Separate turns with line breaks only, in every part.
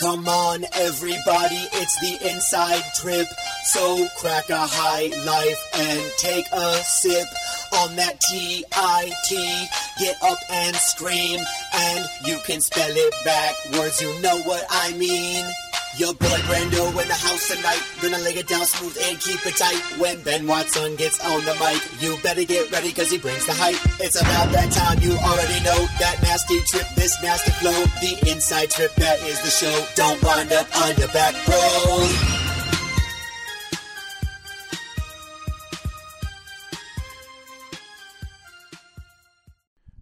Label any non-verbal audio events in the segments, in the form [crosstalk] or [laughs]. Come on, everybody, it's the inside trip. So crack a high life and take a sip on that T-I-T. Get up and scream, and you can spell it backwards. You know what I mean. Your boy Brando in the house tonight. Gonna lay it down smooth and keep it tight. When Ben Watson gets on the mic, you better get ready cause he brings the hype. It's about that time you already know. That nasty trip, this nasty flow. The inside trip, that is the show. Don't wind up on your back, bro.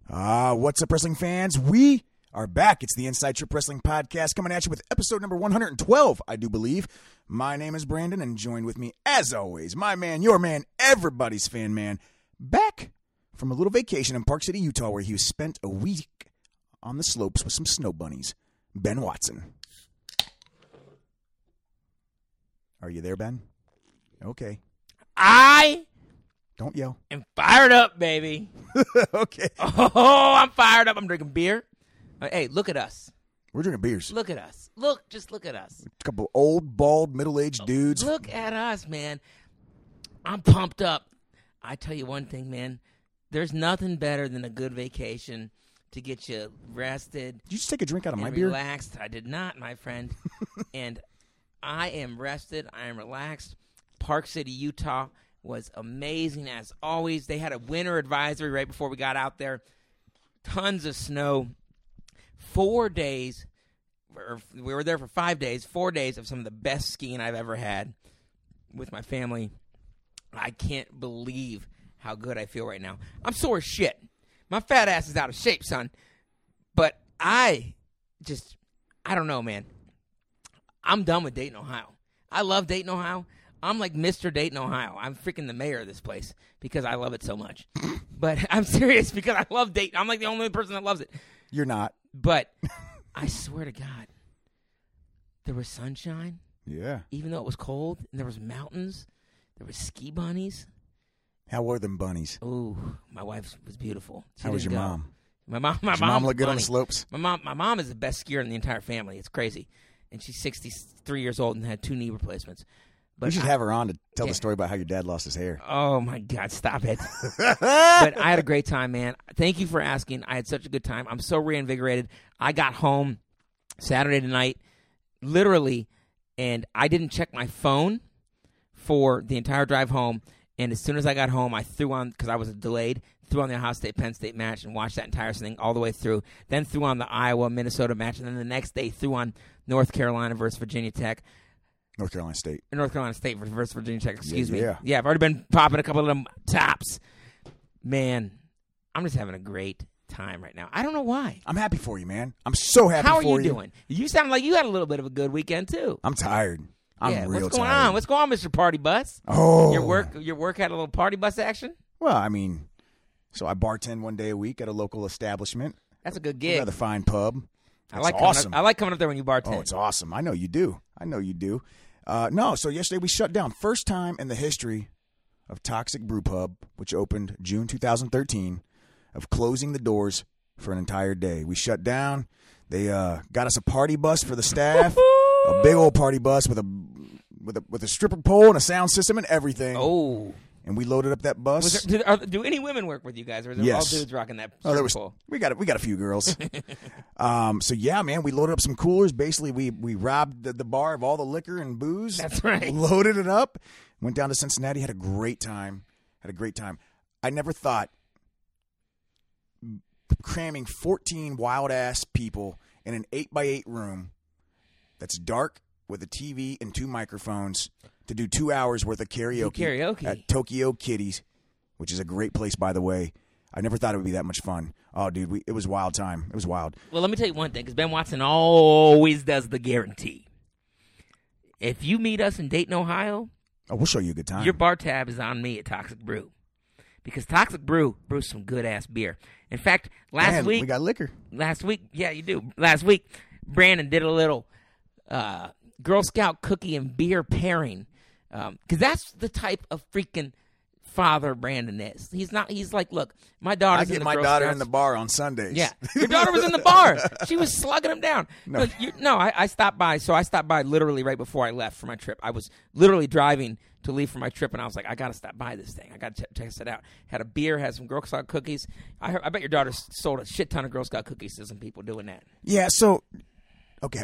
Ah, what's up, wrestling fans? We are back. It's the Inside Trip Wrestling Podcast coming at you with episode number 112, I do believe. My name is Brandon, and joined with me, as always, my man, your man, everybody's fan man, back from a little vacation in Park City, Utah, where he was spent a week on the slopes with some snow bunnies, Ben Watson. Are you there, Ben? Okay.
I
Don't yell. [laughs]
am fired up, baby. [laughs]
okay.
Oh, I'm fired up. I'm drinking beer. Uh, Hey, look at us.
We're drinking beers.
Look at us. Look, just look at us.
A couple old, bald, middle aged dudes.
Look at us, man. I'm pumped up. I tell you one thing, man. There's nothing better than a good vacation to get you rested
Did you just take a drink out of
and
my beer?
relaxed. I did not, my friend. and I am rested. I am relaxed. Park City, Utah was amazing as always. They had a winter advisory right before we got out there. Tons of snow. Four days. Or we were there for five days. Four days of some of the best skiing I've ever had with my family. I can't believe how good I feel right now. I'm sore as shit. My fat ass is out of shape, son. But I just, I don't know, man. I'm done with Dayton, Ohio. I love Dayton, Ohio. I'm like Mr. Dayton, Ohio. I'm freaking the mayor of this place because I love it
[laughs]
so much. but [laughs] I'm serious because I love Dayton. I'm like the only person that loves it.
You're not. [laughs]
But I swear to God, there was sunshine,
Yeah.
even though it was cold, and there was mountains, there was ski bunnies.
How were them bunnies?
Ooh, my wife was beautiful. She
How was your
didn't go.
mom?
My mom, my
Did your mom
was
look good on
funny.
the slopes?
My mom, my mom is the best skier in the entire family. It's crazy, and she's sixty three years old and had two knee replacements.
We
But
should
I-
have her on to tell
Yeah.
the story about how your dad lost his hair.
oh my god, stop it! but I had a great time, man. Thank you for asking. I had such a good time. I'm so reinvigorated. I got home Saturday night, literally, and I didn't check my phone for the entire drive home. And as soon as I got home, I threw on because I was delayed. Threw on the Ohio State Penn State match and watched that entire thing all the way through. Then threw on the Iowa Minnesota match, and then the next day threw on North Carolina versus Virginia Tech.
North Carolina State.
North Carolina State versus Virginia Tech. Excuse me.
yeah.
Yeah, I've already been popping a couple of them tops. Man, I'm just having a great time right now. I don't know why.
I'm happy for you, man. I'm so happy
How are
for
you, doing? You sound like you had a little bit of a good weekend too.
I'm tired. I'm
yeah,
real
what's going
tired.
on? What's going on, Mr. Party Bus?
oh,
Your work your work had a little party bus action?
Well, I mean, so I bartend one day a week at a local establishment,
That's a good
a
gig.
rather fine pub.
I
That's
like coming
awesome.
up, I like coming up there when you bartend.
Oh, it's awesome. I know you do. I know you do. Uh, no, so yesterday we shut down. First time in the history of Toxic Brew Pub, which opened June 2013, of closing the doors for an entire day. We shut down. They uh, got us a party bus for the staff,
[laughs]
a big old party bus with a with a with a stripper pole and a sound system and everything.
Oh.
And we loaded up that bus.
Was there, do, are, do any women work with you guys, or is it
Yes.
all dudes rocking that?
Oh, there was
circle?
we got we got a few
[laughs]
girls. um, so yeah, man, we loaded up some coolers. Basically, we we robbed the, the bar of all the liquor and booze.
That's right.
Loaded it up. Went down to Cincinnati. Had a great time. Had a great time. I never thought cramming fourteen wild ass people in an eight by eight room that's dark with a TV and two microphones to do two hours worth of karaoke.
karaoke.
at Tokyo Kitties which is a great place, by the way. I never thought it would be that much fun. Oh, dude, we, it was wild time. It was wild.
Well, let me tell you one thing, because Ben Watson always does the guarantee. If you meet us in Dayton, Ohio,
Oh, we'll show you a good time.
your bar tab is on me at Toxic Brew. Because Toxic Brew brews some good ass beer. In fact, last
Man,
week
we got liquor.
last week, yeah, you do. Last week, Brandon did a little uh, um, Girl Scout cookie and beer pairing. Because that's the type of freaking father Brandon is. He's not. He's like, look, my daughter.
I get
in the
my
Girl
daughter
Scouts.
in the bar on Sundays. [laughs]
Yeah, your daughter was in the bar. She was slugging him down.
No.
No, you, no I, I stopped by. So I stopped by literally right before I left for my trip. I was literally driving to leave for my trip, and I was like, I gotta stop by this thing. I gotta ch- test it out. Had a beer, had some Girl Scout cookies. I, heard, I bet your daughter s- sold a shit ton of Girl Scout cookies to some people doing that.
Yeah. So, okay.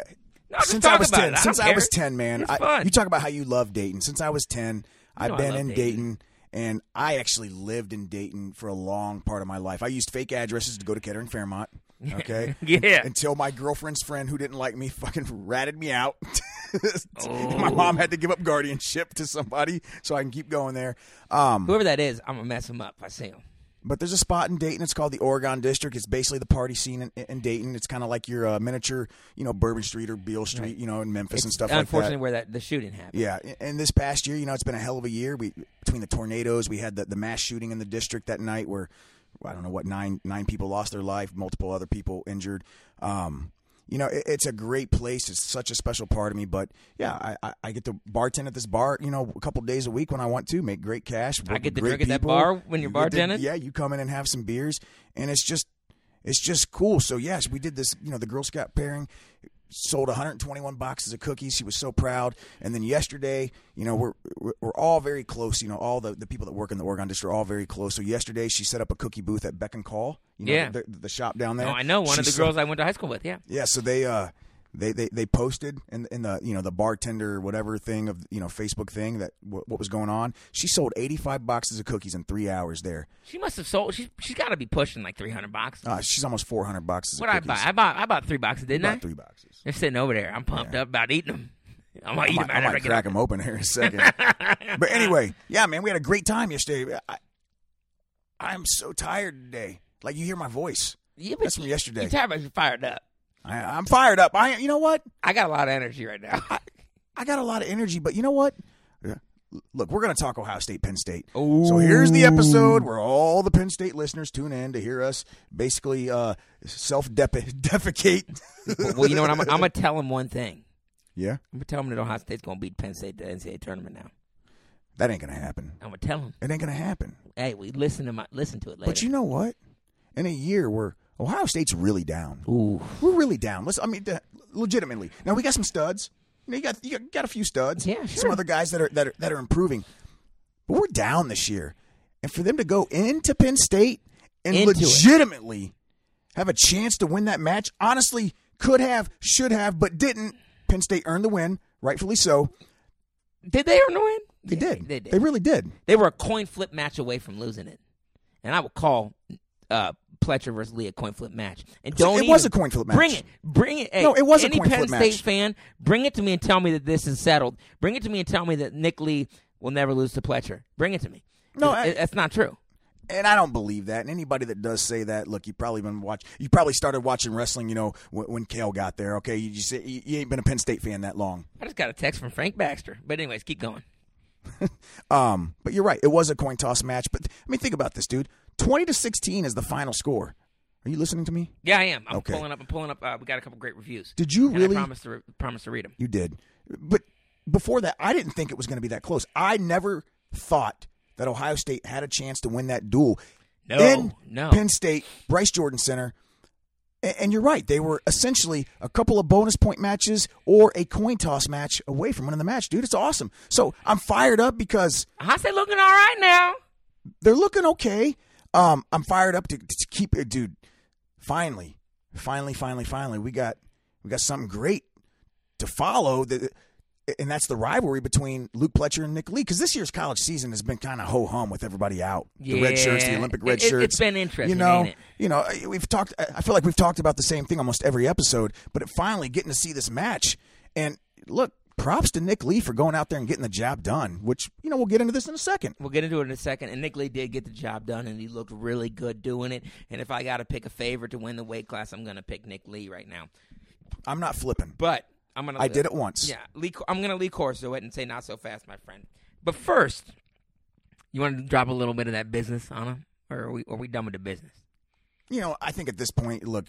No, just
since
talk
I was
about
ten,
it. I
since
don't
I was
care.
ten, man,
It's
I-
fun.
you talk about how you love Dayton. Since I was ten, I've
know I
been
love
in Dayton.
Dayton.
and I actually lived in Dayton for a long part of my life. I used fake addresses to go to Kettering Fairmont. Okay.
[laughs] Yeah.
Until my girlfriend's friend, who didn't like me, fucking ratted me out. [laughs] My
Oh.
mom had to give up guardianship to somebody so I can keep going there. Um,
Whoever that is, I'm gonna mess him up. if I see him.
but there's a spot in Dayton. It's called the Oregon District. It's basically the party scene in, in Dayton. It's kind of like your uh, miniature, you know, Bourbon Street or Beale Street, you know, in Memphis and stuff like
Unfortunately,
that.
where that the shooting happened.
Yeah, a- and this past year, you know, it's been a hell of a year. We between the tornadoes, we had the, the mass shooting in the district that night, where I don't know what nine nine people lost their life, multiple other people injured. Um, you know, it, it's a great place. It's such a special part of me. But yeah, I, I, I get to bartend at this bar, you know, a couple days a week when I want to make great cash. work
I
with
get to
great
drink at that
people.
bar when you're
You get to-
bartending?
yeah, you come in and have some beers, and it's just it's just cool. So yes, we did this. You know, the Girl Scout pairing sold 121 boxes of cookies. She was so proud. And then yesterday, you know, we're we're we're all very close. You know, all the, the people that work in the Oregon district are all very close. So yesterday, she set up a cookie booth at Beck and Call. You know,
Yeah.
the, the, the shop down there.
No, Oh, I know one
She
of the
set-
girls I went to high school with. Yeah.
yeah, so they uh they they, they posted in in the you know the bartender whatever thing of you know Facebook thing that what, what was going on. She sold 85 boxes of cookies in 3 hours there.
She must have sold. She's she's got to be pushing like three hundred bucks.
Uh, she's almost 400 boxes
what
of
I
cookies.
bought? I bought I bought three boxes, didn't I?
About 3 boxes.
They're sitting over there. I'm pumped up about eating them. [laughs] I'm gonna
I
eat
might,
them
I
after I
might
get
crack
out.
them open here in a
[laughs]
second. but anyway, yeah, man, we had a great time yesterday. I, I'm so tired today. Like you hear my voice.
Yeah, but
That's from yesterday.
Your tavern's fired up.
I, I'm fired up. I, you know what?
I got a lot of energy right now. [laughs]
I got a lot of energy, but you know what? Look, we're going to talk Ohio State, Penn State. So here's the episode where all the Penn State listeners tune in to hear us basically uh, self [laughs] defecate.
well, you know
[laughs]
what? I'm, I'm gonna tell him one thing.
yeah,
I'm gonna tell him that Ohio State's gonna beat Penn State at the NCAA tournament. Now
that ain't going to happen.
I'm gonna tell him.
It ain't going to happen.
Hey, we listen to my listen to it later.
But you know what? In a year where Ohio State's really down,
Ooh,
we're really down. Let's, I mean, de- legitimately. Now we got some studs. You know, you got you got a few studs.
Yeah,
Some
sure.
other guys that are that are that are improving, but we're down this year. And for them to go into Penn State and
Into it.
legitimately have a chance to win that match, honestly, could have, should have, but didn't. Penn State earned the win, rightfully so.
did they earn the win?
They
Yeah,
did.
They did.
They really did.
They were a coin flip match away from losing it, and I will call uh, Pletcher versus Lee a coin flip match. And don't
it was
even-
a coin flip match.
Bring it, bring it. Hey,
No, it was a
any
coin
Penn
flip
State
match.
fan. Bring it to me and tell me that this is settled. Bring it to me and tell me that Nick Lee will never lose to Pletcher. Bring it to me.
No,
It-
I-
it- that's not true.
and I don't believe that. And anybody that does say that, look, you probably been watch. You probably started watching wrestling, you know, when, when Kale got there. Okay, you just you, you ain't been a Penn State fan that long.
I just got a text from Frank Baxter. But anyways, keep going.
Um, but you're right. It was a coin toss match. But I mean, think about this, dude. Twenty to sixteen is the final score. Are you listening to me?
Yeah, I am. I'm
Okay.
pulling up. I'm pulling up. Uh, we got a couple great reviews.
Did you
And
really-
I promise to re- promise to read them.
You did. But before that, I didn't think it was going to be that close. I never thought that Ohio State had a chance to win that duel.
No,
in
no.
Penn State, Bryce Jordan Center. A- And you're right. They were essentially a couple of bonus point matches or a coin toss match away from winning the match, dude. It's awesome. So I'm fired up because
I say looking all right now.
they're looking okay. Um, I'm fired up to, to keep it, dude. Finally, finally, finally, finally, we got we got something great to follow. That, and that's the rivalry between Luke Pletcher and Nick Lee. Because this year's college season has been kind of ho hum with everybody out. The red shirts, the
Yeah.
Olympic red
It- it-
shirts.
it's been interesting,
You know,
ain't it?
you know, I- we've talked. I I feel like we've talked about the same thing almost every episode. But it finally getting to see this match, and look, props to Nick Lee for going out there and getting the job done. Which you know we'll get into this in a second.
We'll get into it in a second. And Nick Lee did get the job done, and he looked really good doing it. And if I got to pick a favorite to win the weight class, I'm going to pick Nick Lee right now.
I'm not flipping.
But I'm gonna.
I did it once.
Yeah, Lee, I'm gonna Lee Corso it and say not so fast, my friend. But first, you want to drop a little bit of that business on him, or are we are we done with the business?
you know, I think at this point, look,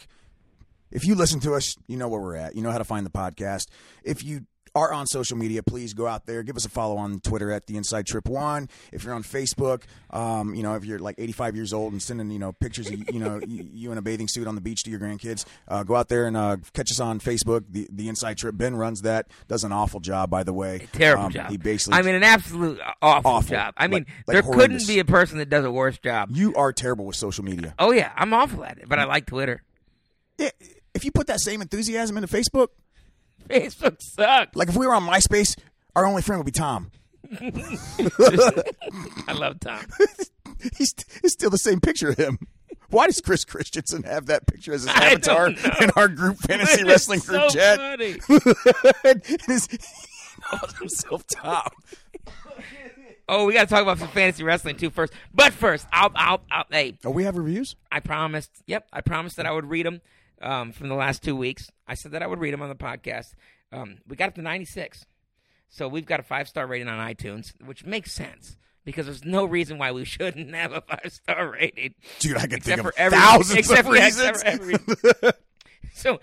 if you listen to us, you know where we're at. You know how to find the podcast. If you are on social media, please go out there. Give us a follow on Twitter at the Inside Trip One. If you're on Facebook, um, you know, if you're like 85 years old and sending, you know, pictures of, you
[laughs]
know, you you in a bathing suit on the beach to your grandkids, uh, go out there and uh, catch us on Facebook, the, the Inside Trip. Ben runs that, does an awful job, by the way.
Terrible
Um,
job.
He basically,
I mean, an absolute uh, awful,
Awful.
job. I mean,
Like- like
there
horrendous.
couldn't be a person that does a worse job.
you are terrible with social media.
Oh yeah, I'm awful at it, but I like Twitter. [laughs]
Yeah, if you put that same enthusiasm into Facebook,
Facebook sucks.
like if we were on MySpace, our only friend would be Tom. [laughs]
I love Tom.
He's it's still the same picture of him. Why does Chris Christensen have that picture as his
[laughs] I
avatar
don't know.
in our group fantasy [laughs]
It's
wrestling group
so
chat?
funny.
[laughs] and
[laughs]
his, he calls himself Tom.
Oh, we got to talk about some fantasy wrestling too first. But first, I'll, I'll, I'll, hey,
Oh, we have reviews?
I promised. Yep, I promised that I would read them um, from the last two weeks. I said that I would read them on the podcast. Um, we got up to 96. So we've got a five star rating on iTunes, which makes sense because there's no reason why we [laughs] shouldn't have a five star rating.
Dude, I could
Except
think of
for every-
thousands
except
of
for-
reasons.
except [laughs] for So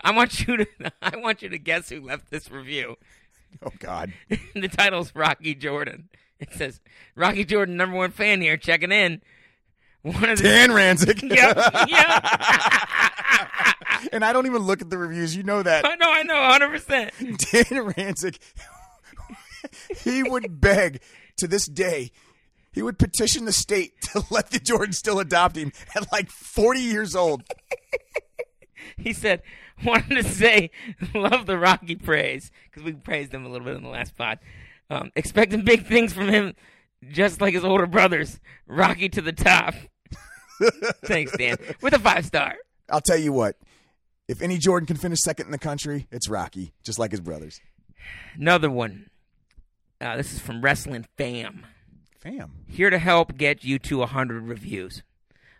I want you to [laughs] I want you to guess who left this review. [laughs]
oh, God.
the title's Rocky Jordan. It says Rocky Jordan, number one fan here, checking in. One of the
Dan Ranzik.
[laughs] yep, yep.
and I don't even look at the reviews. You know that.
I know, I know, hundred percent.
Dan Ranzik, he would beg to this day. He would petition the state to let the Jordan still adopt him at like 40 years old.
He said, wanted to say, love the Rocky praise because we praised him a little bit in the last pod. Um, expecting big things from him, just like his older brothers. Rocky to the top. Thanks, Dan. With a five star.
I'll tell you what. If any Jordan can finish second in the country, it's Rocky, just like his brothers.
Another one. Uh, this is from Wrestling Fam.
Fam.
Here to help get you to 100 reviews.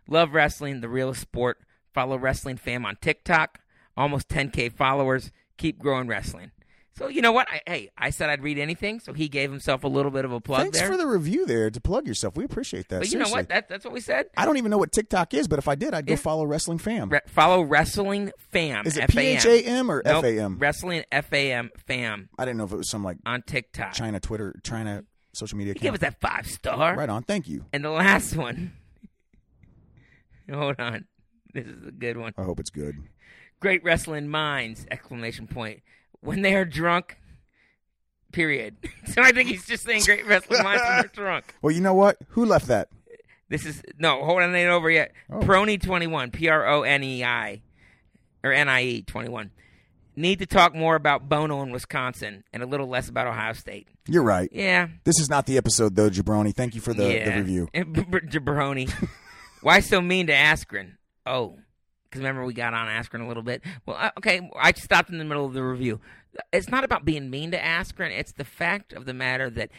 Love wrestling, the realest sport. Follow Wrestling Fam on TikTok. Almost 10K followers. Keep growing wrestling. So, you know what? I, hey, I said I'd read anything, so he gave himself a little bit of a plug
Thanks
there.
for the review there to plug yourself. We appreciate that.
but you know
Seriously.
what? That, that's what we said.
I don't even know what TikTok is, but if I did, I'd go
Yeah.
follow Wrestling Fam.
Re- follow Wrestling Fam.
is it P
F-A-M.
H A M or F
Nope,
A M?
Wrestling FAM Fam
I didn't know if it was some like
on TikTok.
China Twitter, China social media
Give
account.
us that five star.
Right on. Thank you.
And the last one. [laughs] Hold on. This is a good one.
I hope it's good.
Great wrestling minds! Exclamation point. When they are drunk. Period. [laughs] So I think he's just saying great wrestling minds when they're
[laughs]
drunk.
Well, you know what? Who left that?
This is no. Hold on, it ain't over yet.
Oh.
Prony twenty one. P R O N E I, or N I E twenty one. Need to talk more about Bono in Wisconsin and a little less about Ohio State.
You're right.
Yeah.
This is not the episode, though, Jabroni. Thank you for the,
yeah.
the review.
[laughs]
[laughs]
Jabroni. Why so mean to Askren? Oh, because remember we got on Askren a little bit. Well, I- okay, I stopped in the middle of the review. It's not about being mean to Askren. It's the fact of the matter that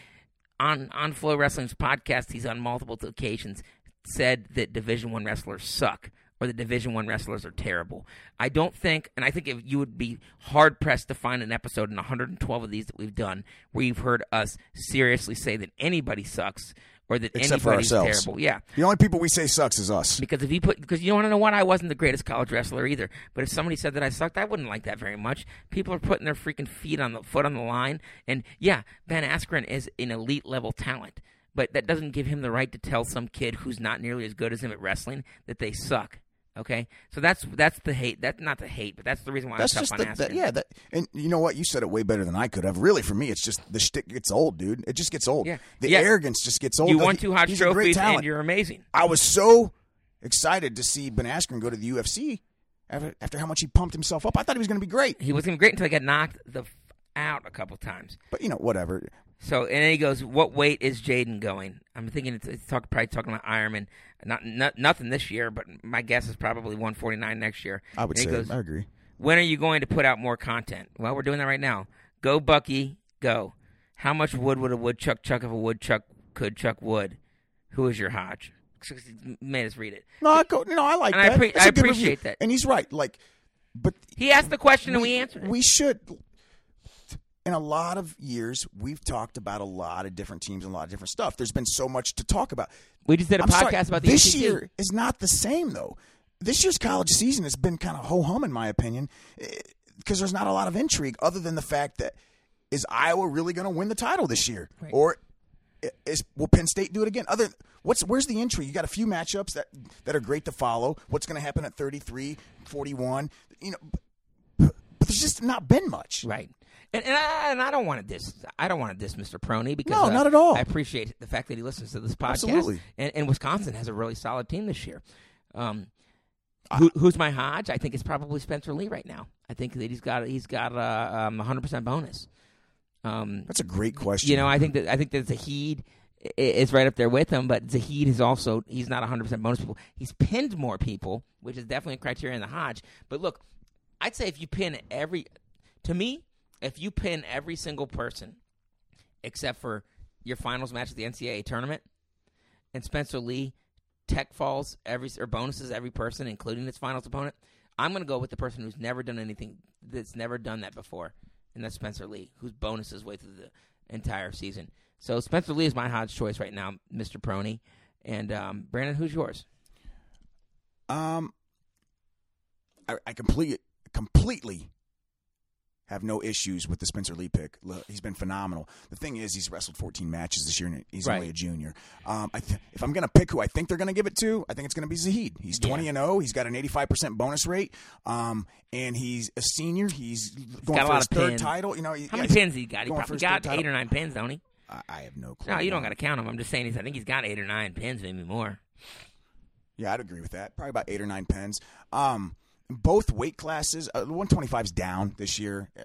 on on Flow Wrestling's podcast, he's on multiple occasions said that Division One wrestlers suck or that Division One wrestlers are terrible. I don't think, and I think if you would be hard pressed to find an episode in 112 of these that we've done where you've heard us seriously say that anybody sucks or that
Except for
anybody's
ourselves.
terrible. Yeah.
The only people we say sucks is us.
Because if you put, because you want to know what, I wasn't the greatest college wrestler either. But if somebody said that I sucked, I wouldn't like that very much. People are putting their freaking feet on the foot on the line, and yeah, Ben Askren is an elite level talent, but that doesn't give him the right to tell some kid who's not nearly as good as him at wrestling that they suck. Okay, so that's that's the hate. That's not the hate, but that's the reason why
That's
I'm
just
tough
the,
on Askren.
that, yeah. That, and you know what? You said it way better than I could have. Really, for me, it's just the shtick gets old, dude. It just gets old.
Yeah.
The
Yeah.
arrogance just gets old.
you
Though
won
he-
two hot
he's a great
trophies,
talent.
and you're amazing.
I was so excited to see Ben Askren go to the UFC after, after how much he pumped himself up. I thought he was going to be great,
He wasn't great until he got knocked the f- out a couple times.
but you know, whatever.
So and then he goes, "What weight is Jaden going?" I'm thinking it's, it's talk, probably talking about Ironman. Not, not nothing this year, but my guess is probably 149 next year.
I would
and
say
he goes,
I agree.
"When are you going to put out more content?" Well, we're doing that right now. Go Bucky, go! How much wood would a woodchuck chuck if a woodchuck could chuck wood? Who is your Hodge? He Made us read it.
No, I go, no, I like
And I
that.
appre-
That's a
I
good
appreciate
review.
that.
and he's right. Like, but
He asked the question and we answered it.
we should. In a lot of years, we've talked about a lot of different teams and a lot of different stuff. There's been so much to talk about.
We just did a
I'm sorry,
podcast about the
this
NCC.
year is not the same though. This year's college eh, season has been kind of ho hum in my opinion because there's not a lot of intrigue other than the fact that is Iowa really going to win the title this year,
Right.
or i- is will Penn State do it again? Other what's where's the entry? You got a few matchups that that are great to follow. What's going to happen at 33, 41? You know, but, but there's just not been much.
Right. And and I, and I don't want to dis I don't want to dismiss Mr. Prony because
No,
uh,
not at all.
I appreciate the fact that he listens to this podcast.
Absolutely.
And, and Wisconsin has a really solid team this year. Um, who, who's my Hodge? I think it's probably Spencer Lee right now. I think that he's got he's got a um, 100% bonus. Um,
That's a great question.
you know, I think that I think that Zahid i- is right up there with him, but Zahid is also he's not 100 percent bonus people. He's pinned more people, which is definitely a criteria in the Hodge. But look, I'd say if you pin every, to me, if you pin every single person except for your finals match at the NCAA tournament and Spencer Lee tech falls every or bonuses every person, including its finals opponent. I'm going to go with the person who's never done anything that's never done that before, and that's Spencer Lee, whose bonuses way through the entire season. So Spencer Lee is my hot choice right now, Mr. Prony, and um, Brandon, who's yours?
Um, I, I completely, completely have no issues with the Spencer Lee pick. Look, he's been phenomenal. The thing is, he's wrestled 14 matches this year, and he's only
Right.
a junior. Um, I th- if I'm going to pick who I think they're going to give it to, I think it's going to be Zahid. He's 20 and 0. He's got an 85 percent bonus rate. Um, and he's a senior. He's going
got a
for
lot
his
of
third
pins.
title. You know, he-
How
yeah,
many
he's
pins he got? He
going for
probably
his
got
third
eight
title.
or nine pins, don't he?
I, I have no clue.
No, you don't got to count him. I'm just saying he's. I think he's got eight or nine pins, maybe more.
Yeah, I'd agree with that. Probably about eight or nine pens. Um, both weight classes, uh, 125 is down this year uh,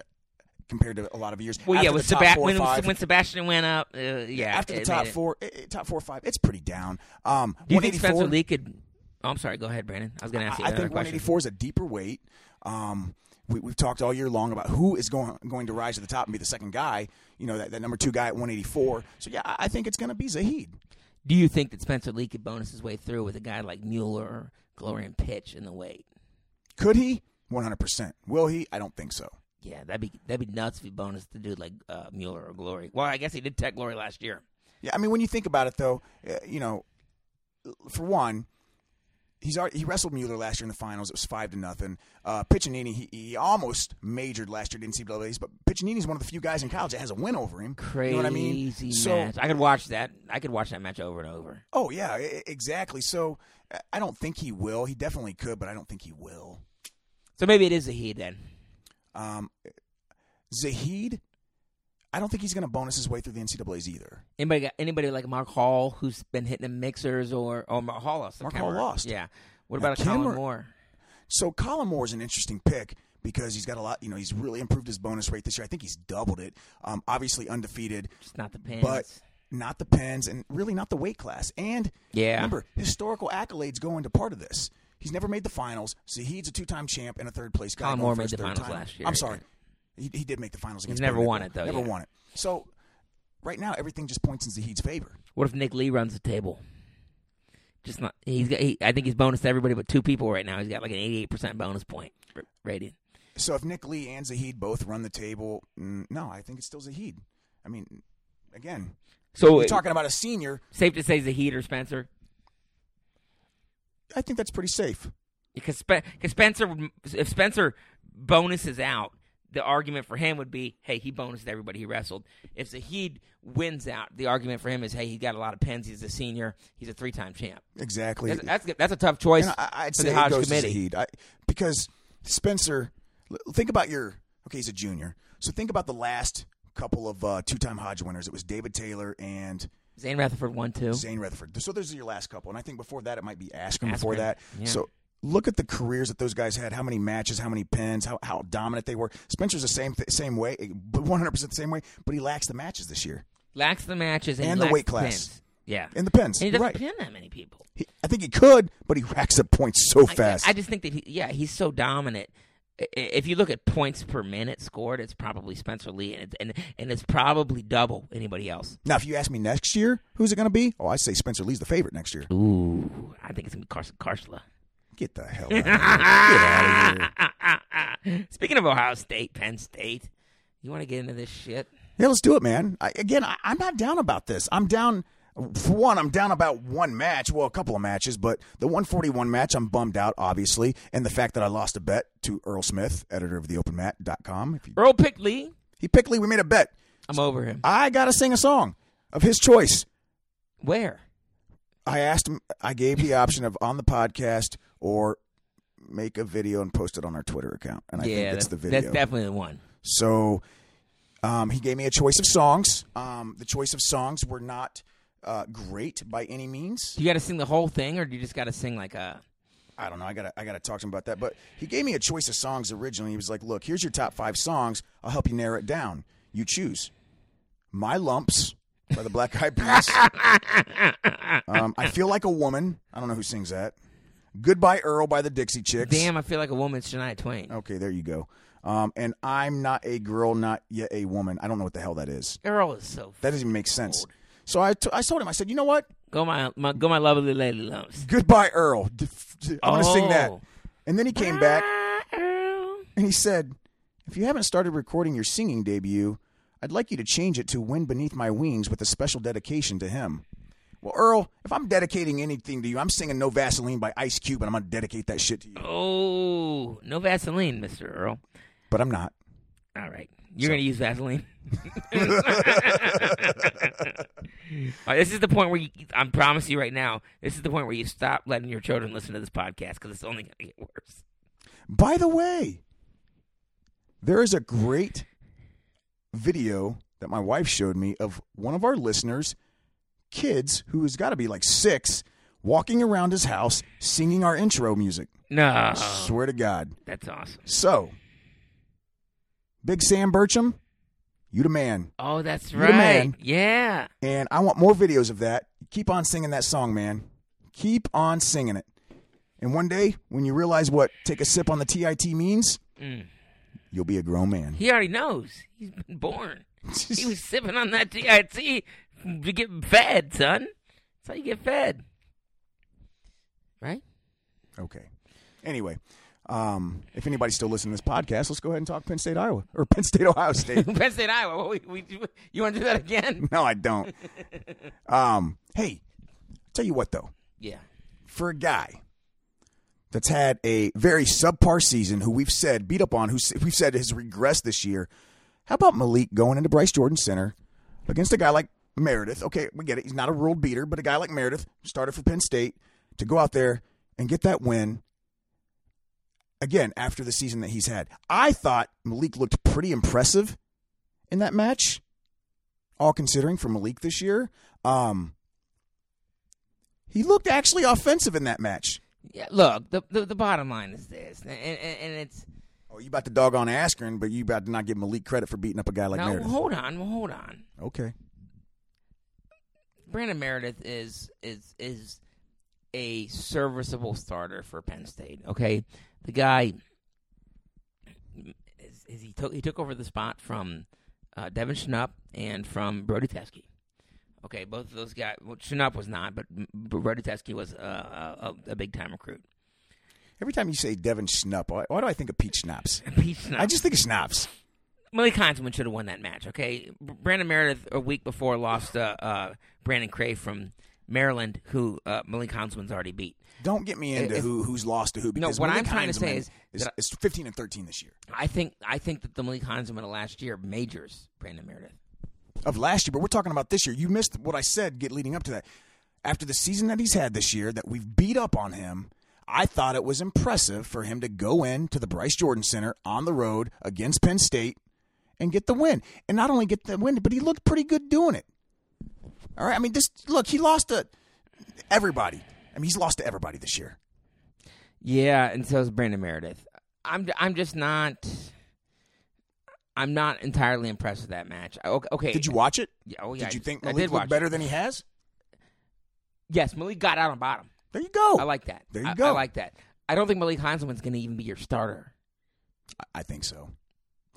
compared to a lot of years.
Well,
After
yeah, when,
the top
Seba-
four or
when,
five-
when Sebastian went up, uh, yeah.
after the
it
top
made it-
four, eh, eh, top four or five, it's pretty down. Um,
do you think
184
Spencer Lee could? Oh, I'm sorry. Go ahead, Brandon. I was going to ask you
I I
another
think
question.
184 is a deeper weight. Um, we, we've talked all year long about who is going going to rise to the top and be the second guy. You know that, that number two guy at 184. So yeah, I, I think it's going to be Zahid.
Do you think that Spencer Lee could bonus his way through with a guy like Mueller or Glorian Pitch in the weight?
Could he? 100. percent Will he? I don't think so.
Yeah, that'd be that'd be nuts if he bonus the dude like uh, Mueller or Glory. Well, I guess he did tech Glory last year.
Yeah, I mean, when you think about it, though, uh, you know, for one, he's already, he wrestled Mueller last year in the finals. It was five to nothing. Uh, Piccinini, he, he almost majored last year in NCAA's, but Piccinini's one of the few guys in college that has a win over him. you
Crazy
know what I mean? So,
match. I could watch that. I could watch that match over and over.
oh yeah, e- e- exactly. So, uh, I don't think he will. He definitely could, but I don't think he will.
So maybe it is a he then.
Um, Zahid, I don't think he's going to bonus his way through the NCAA's either.
Anybody got anybody like Mark Hall who's been hitting the mixers or or Mark Hall lost.
Mark
Okay,
Hall lost.
Yeah. What
Now,
about a
Kim
Colin
or-
Moore?
So Colin Moore's an interesting pick because he's got a lot. You know, he's really improved his bonus rate this year. I think he's doubled it. Um, obviously undefeated,
Just not the pins.
but not the pins and really not the weight class. And
Yeah.
remember, historical accolades go into part of this. He's never made the finals. So he's a two-time champ and a third-place guy.
Colin
going
Moore
for
made
his
the
third
finals
time.
last year,
I'm sorry,
yeah.
he, he did make the finals against.
never
Puerto
won
Rico.
it, though,
Never
yeah.
won it. So right now, everything just points in Zahid's favor.
What if Nick Lee runs the table? Just not. He's got. He, I think he's bonus to everybody but two people right now. He's got like an eighty-eight percent bonus point r- rating.
So if Nick Lee and Zahid both run the table, mm, no, I think it's still Zahid. I mean, again,
So
you're talking about a senior.
safe to say he's a heater, Spencer,
I think that's pretty safe.
because Spe- 'cause Spencer, would- if Spencer bonuses out, the argument for him would be, hey, he bonused everybody he wrestled. If Zahid wins out, the argument for him is, hey, he got a lot of pins. He's a senior. He's a three-time champ.
Exactly.
That's that's, that's a tough choice
and I, I'd
for
say
the
it
Hodge
goes to
committee.
Zahid. I, because Spencer, l- think about your okay, he's a junior. So think about the last couple of uh, two-time Hodge winners. It was David Taylor and
Zane Rutherford won too.
Zane Rutherford. So those are your last couple, and I think before that it might be Askren. Before
Askren,
that,
yeah.
so look at the careers that those guys had. How many matches? How many pins? How how dominant they were. Spencer's the same th- same way, one hundred percent the same way, but he lacks the matches this year
Lacks the matches and,
And the
lacks
weight class.
pins. Yeah,
and the pins.
And he
You're
doesn't
right.
pin that many people.
He- I think he could, but he racks up points so
I-
fast.
I, just think that he, yeah, he's so dominant. I- I- If you look at points per minute scored, it's probably Spencer Lee, and it, and and it's probably double anybody else.
Now, if you ask me next year, who's it going to be? Oh, I say Spencer Lee's the favorite next year.
Ooh, I think it's gonna be Carson Karshla.
Get the hell out of here. Get out of here.
[laughs] Speaking of Ohio State, Penn State, you want to get into this shit?
Yeah, let's do it, man. I, again, I, I'm not down about this. I'm down. For one, I'm down about one match, well, a couple of matches, but the 141 match, I'm bummed out, obviously, and the fact that I lost a bet to Earl Smith, editor of theopenmat.com. If you,
Earl picked Lee.
He Pickley, we made a bet.
I'm over him.
I gotta sing a song of his choice.
Where?
I asked him. I gave the option of on the podcast or make a video and post it on our Twitter account, and I
yeah,
think it's
that's,
the video.
that's definitely the one.
So um, he gave me a choice of songs. Um, the choice of songs were not uh, great by any means.
You got to sing the whole thing, or do you just got to sing like a?
I don't know. I gotta I gotta talk to him about that. But he gave me a choice of songs originally. He was like, "Look, here's your top five songs. I'll help you narrow it down. You choose." My lumps by the Black Eyed
[laughs]
Peas. um, I feel like a woman. I don't know who sings that. Goodbye Earl by the Dixie Chicks.
Damn, I feel like a woman's Shania Twain.
Okay, there you go. Um, and I'm not a girl, not yet a woman. I don't know what the hell that is.
Earl is so.
That doesn't even make sense. So I, t- I told him, I said, you know what?
Go my, my go my lovely lady lumps.
Goodbye, Earl. [laughs] D- f- d- I'm going to sing that.
Oh.
And then he came back
Ah, Earl.
and he said, if you haven't started recording your singing debut, I'd like you to change it to Wind Beneath My Wings with a special dedication to him. Well, Earl, if I'm dedicating anything to you, I'm singing No Vaseline by Ice Cube and I'm going to dedicate that shit to you.
Oh, no Vaseline, Mister Earl.
But I'm not.
All right, you're gonna use Vaseline. [laughs] All right, this is the point where you, I'm promise you right now. This is the point where you stop letting your children listen to this podcast because it's only gonna get worse.
By the way, there is a great video that my wife showed me of one of our listeners, kids who has got to be like six, walking around his house singing our intro music.
No,
Swear to God.
that's awesome.
So, Big Sam Burcham, you the man.
Oh, that's
You're the man.
right. Yeah.
And I want more videos of that. Keep on singing that song, man. Keep on singing it. And one day, when you realize what take a sip on the TIT means,
Mm.
you'll be a grown man.
He already knows. He's been born. He was sipping on that TIT to get fed, son. That's how you get fed. Right?
[laughs]
[laughs]
Okay. Anyway, um, if anybody's still listening to this podcast, let's go ahead and talk Penn State, Iowa, or Penn State, Ohio
[laughs]
State.
Penn State, Iowa. What we, we, you want to do
[laughs]
that again?
no, I
[laughs]
don't. Um, hey, tell you what though,
Yeah.
for a guy that's had a very subpar season, who we've said beat up on, who s- we've said has regressed this year, how about Malik going into Bryce Jordan Center against a guy like Meredith? Okay, we get it. He's not a world beater, but a guy like Meredith started for Penn State to go out there and get that win again after the season that he's had. I thought Malik looked pretty impressive in that match, all considering for Malik this year. Um, he looked actually offensive in that match.
Yeah. Look, the, the the bottom line is this, and and, and it's
Oh, you about to dog on Askren, but you about to not give Malik credit for beating up a guy like
no.
Meredith.
Hold on. Well, hold on.
Okay.
Brandon Meredith is is is a serviceable starter for Penn State. Okay, the guy is, is he took he took over the spot from uh, Devin Schnupp and from Brody Teskey. Okay, both of those guys. Well, Schnupp was not, but Brody Teskey was uh, a, a, a big time recruit. [laughs]
Every time you say Devin Schnupp, why, why do I think of Pete Schnaps?
Pete Schnupp.
I just think of Schnaps.
Malik Heinzman should have won that match. Okay, B- Brandon Meredith a week before lost uh, uh, Brandon Cray from Maryland, who uh, Malik Heinzman's already beat.
Don't get me into
If-
who who's lost to who. Because
what
Malik
I'm trying to say
Heinzman
is
is,
that-
is 15 and 13 this year
I think I think that the Malik Heinzman of last year majors Brandon Meredith.
of last year, but we're talking about this year. You missed what I said get leading up to that. After the season that he's had this year, that we've beat up on him, I thought it was impressive for him to go in to the Bryce Jordan Center on the road against Penn State and get the win, and not only get the win, but he looked pretty good doing it. All right, I mean, just look, he lost to everybody. I mean, he's lost to everybody this year.
Yeah, and so is Brandon Meredith. I'm I'm just not. I'm not entirely impressed with that match. Okay, okay.
Did you watch it?
Yeah, oh, yeah,
Did you
I-
think
I
Malik
did watch
looked
it.
better than he has?
Yes, Malik got out on bottom.
There you go.
I like that.
There you
I- I
go.
like that. I don't think Malik Heinzman's going to even be your starter.
I- I think so.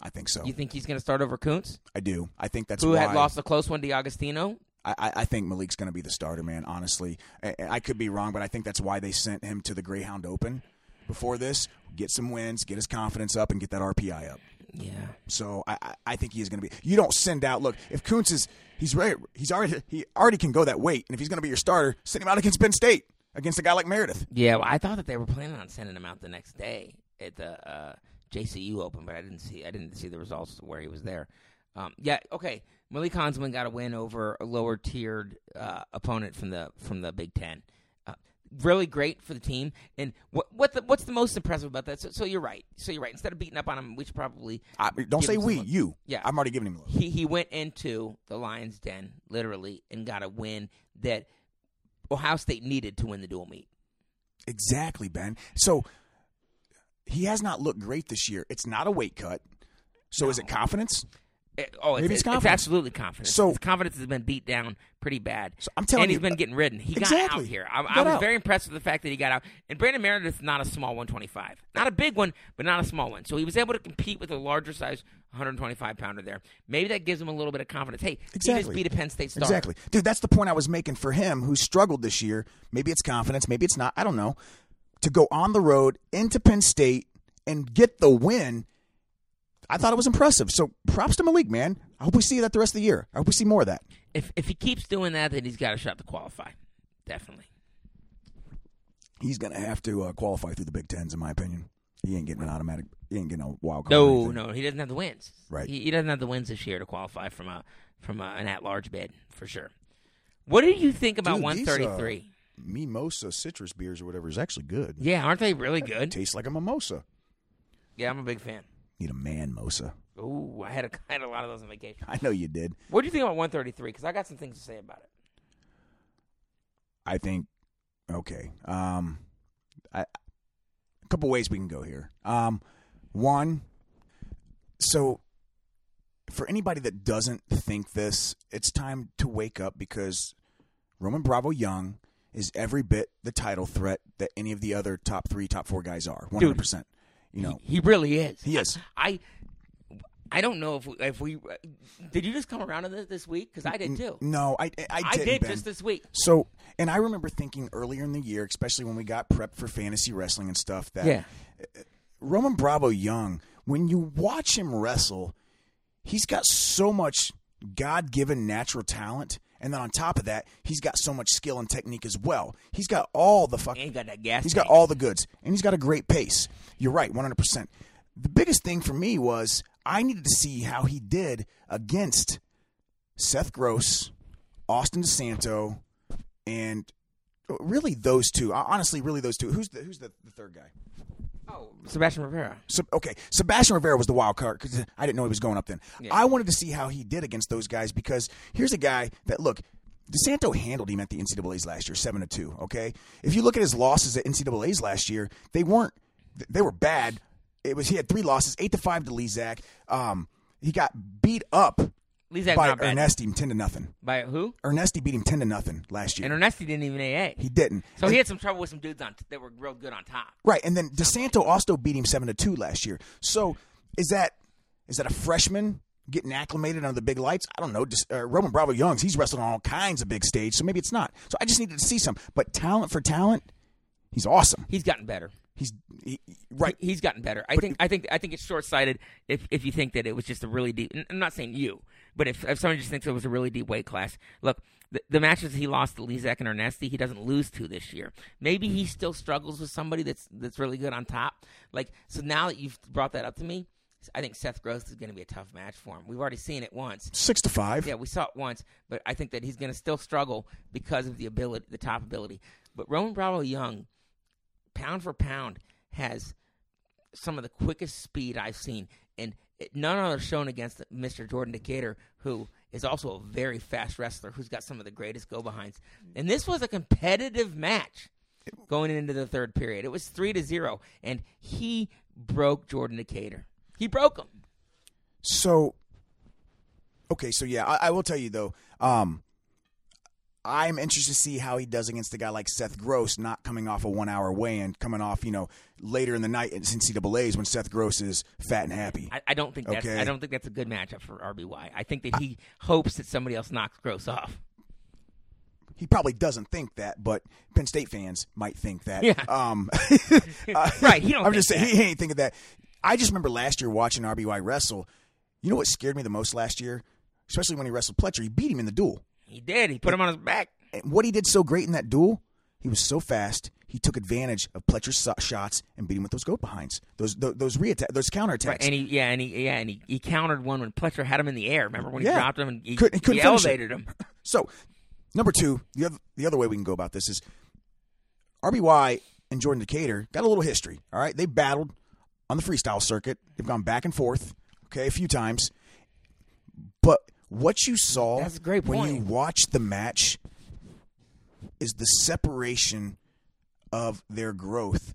I think so.
You think he's going to start over Koontz,
I do. I think that's
who
why
had lost a close one to Agostino?
I, I I think Malik's going to be the starter, man. Honestly, I, I could be wrong, but I think that's why they sent him to the Greyhound Open before this. Get some wins, get his confidence up, and get that RPI up.
Yeah.
So I, I, I think he is going to be. You don't send out. Look, if Kuntz is he's ready, he's already he already can go that weight, and if he's going to be your starter, send him out against Penn State against a guy like Meredith.
Yeah, well, I thought that they were planning on sending him out the next day at the uh, JCU Open, but I didn't see I didn't see the results where he was there. Um, yeah, okay. Malik Hansman got a win over a lower tiered uh, opponent from the from the Big Ten. Uh, really great for the team. And what what the, what's the most impressive about that? So, so you're right. So you're right. Instead of beating up on him, we should probably
I, don't
give
say
him
we,
some-
you.
Yeah.
I'm already giving him love.
he he went into the Lions' den literally and got a win that Ohio State needed to win the dual meet.
Exactly, Ben. So he has not looked great this year. It's not a weight cut. So is it confidence?
It- oh, it's,
Maybe it's
it's,
confidence.
absolutely confidence.
So-
His confidence has been beat down pretty bad.
So I'm telling
and he's
you-
been getting ridden. He got
Exactly.
out here. I,
He
I
got
was
out.
very impressed with the fact that he got out. And Brandon Meredith's not a small 125, not a big one, but not a small one. So he was able to compete with a larger size 125 pounder there. Maybe that gives him a little bit of confidence. Hey, he
Exactly.
just beat a Penn State star.
Exactly. Dude, that's the point I was making for him who struggled this year. Maybe it's confidence, maybe it's not. I don't know. To go on the road into Penn State and get the win, I thought it was impressive. So props to Malik, man. I hope we see that the rest of the year. I hope we see more of that.
If if he keeps doing that, then he's got a shot to qualify. Definitely.
He's going to have to uh, qualify through the Big Tens, in my opinion. He ain't getting an automatic. He ain't getting a wild card. or
No,
anything.
no, he doesn't have the wins.
Right.
He, he doesn't have the wins this year to qualify from a from a, an at large bid for sure. What do you think about
Dude,
one
these, uh,
thirty three?
Mimosa citrus beers or whatever is actually good.
Yeah, aren't they really good?
Tastes like a mimosa.
Yeah, I'm a big fan. Ooh, I had a [laughs] I had a lot of those on vacation.
[laughs] I know you did.
What do you think about one thirty three? Because I got some things to say about it.
I think okay. Um I a couple ways we can go here. Um one so for anybody that doesn't think this, it's time to wake up because Roman Bravo Young is every bit the title threat that any of the other top 3 top 4 guys are. 100%. you know.
He really is.
He is.
I I don't know if we, if we uh, did you just come around to this this week because I did too.
No, I I,
I
didn't,
did
Ben.
just this week.
So, and I remember thinking earlier in the year, especially when we got prepped for fantasy wrestling and stuff, that
Yeah.
Roman Bravo Young, when you watch him wrestle, he's got so much God given natural talent. And then on top of that, he's got so much skill and technique as well. He's got all the fucking.
And he got that gas.
He's got
tank.
all the goods, and he's got a great pace. You're right, 100%. The biggest thing for me was I needed to see how he did against Seth Gross, Austin DeSanto, and really those two. Hon- Honestly, really those two. Who's the who's the, the third guy?
Oh, Sebastian Rivera.
Seb- okay, Sebastian Rivera was the wild card because I didn't know he was going up then. I wanted to see how he did against those guys because here's a guy that look. DeSanto handled him at the NCAA's last year, seven to two. Okay, if you look at his losses at NCAA's last year, they weren't th- they were bad. It was he had three losses, eight to five to Lezak. Um, he got beat up
Lezak's
by
not bad.
Ernesti ten to nothing.
By who?
Ernesti beat him ten to nothing last year.
And Ernesti didn't even AA.
he didn't.
So he had some trouble with some dudes on t- that were real good on top.
Right, and then DeSanto also beat him seven to two last year. So is that is that a freshman getting acclimated under the big lights? I don't know. Des- uh, Roman Bravo Youngs, he's wrestled on all kinds of big stage, so maybe it's not. So I just needed to see some. But talent for talent, he's awesome.
He's gotten better.
He's he, he- right.
He's gotten better. I think. I think. I think it's short-sighted if if you think that it was just a really deep. and I'm not saying you, but if if someone just thinks it was a really deep weight class, look, the, the matches he lost to Lezak and Ernesti, he doesn't lose to this year. Maybe he still struggles with somebody that's that's really good on top. Like so, now that you've brought that up to me, I think Seth Gross is going to be a tough match for him. We've already seen it once.
Six to five.
Yeah, we saw it once, but I think that he's going to still struggle because of the ability, the top ability. But Roman Bravo Young, pound for pound, has some of the quickest speed I've seen, and it- none other shown against Mr. Jordan Decatur, who is also a very fast wrestler who's got some of the greatest go behinds. And this was a competitive match going into the third period. It was three to zero, and he broke Jordan Decatur. He broke him.
So okay, so yeah, I, I will tell you though. Um, I'm interested to see how he does against a guy like Seth Gross, not coming off a one hour weigh in, coming off you know later in the night in NCAA's when Seth Gross is fat and happy.
I, I don't think that's
Okay.
I don't think that's a good matchup for RBY. I think that he hopes that somebody else knocks Gross off.
he probably doesn't think that, but Penn State fans might think that.
Yeah.
[laughs]
[laughs]
Um,
Right, he
[laughs]
don't
I'm just
think
saying he ain't thinking that. I just remember last year watching RBY wrestle. You know what scared me the most last year, especially when he wrestled Pletcher. He beat him in the duel.
He did. He put him on his back.
And what he did so great in that duel, he was so fast. He took advantage of Pletcher's so- shots and beat him with those go behinds, those those, those reattack, those counterattacks.
Right, and he, yeah, and he, yeah, and he, he countered one when Pletcher had him in the air. Remember when he
Yeah.
dropped him and he,
Couldn't- he
he,
couldn't finish it. [laughs]
elevated him?
So, number two, the other the other way we can go about this is RBY and Jordan Decatur got a little history. All right, they battled on the freestyle circuit. They've gone back and forth, okay, a few times. But what you saw
That's a great
when you
point.
watched the match is the separation of their growth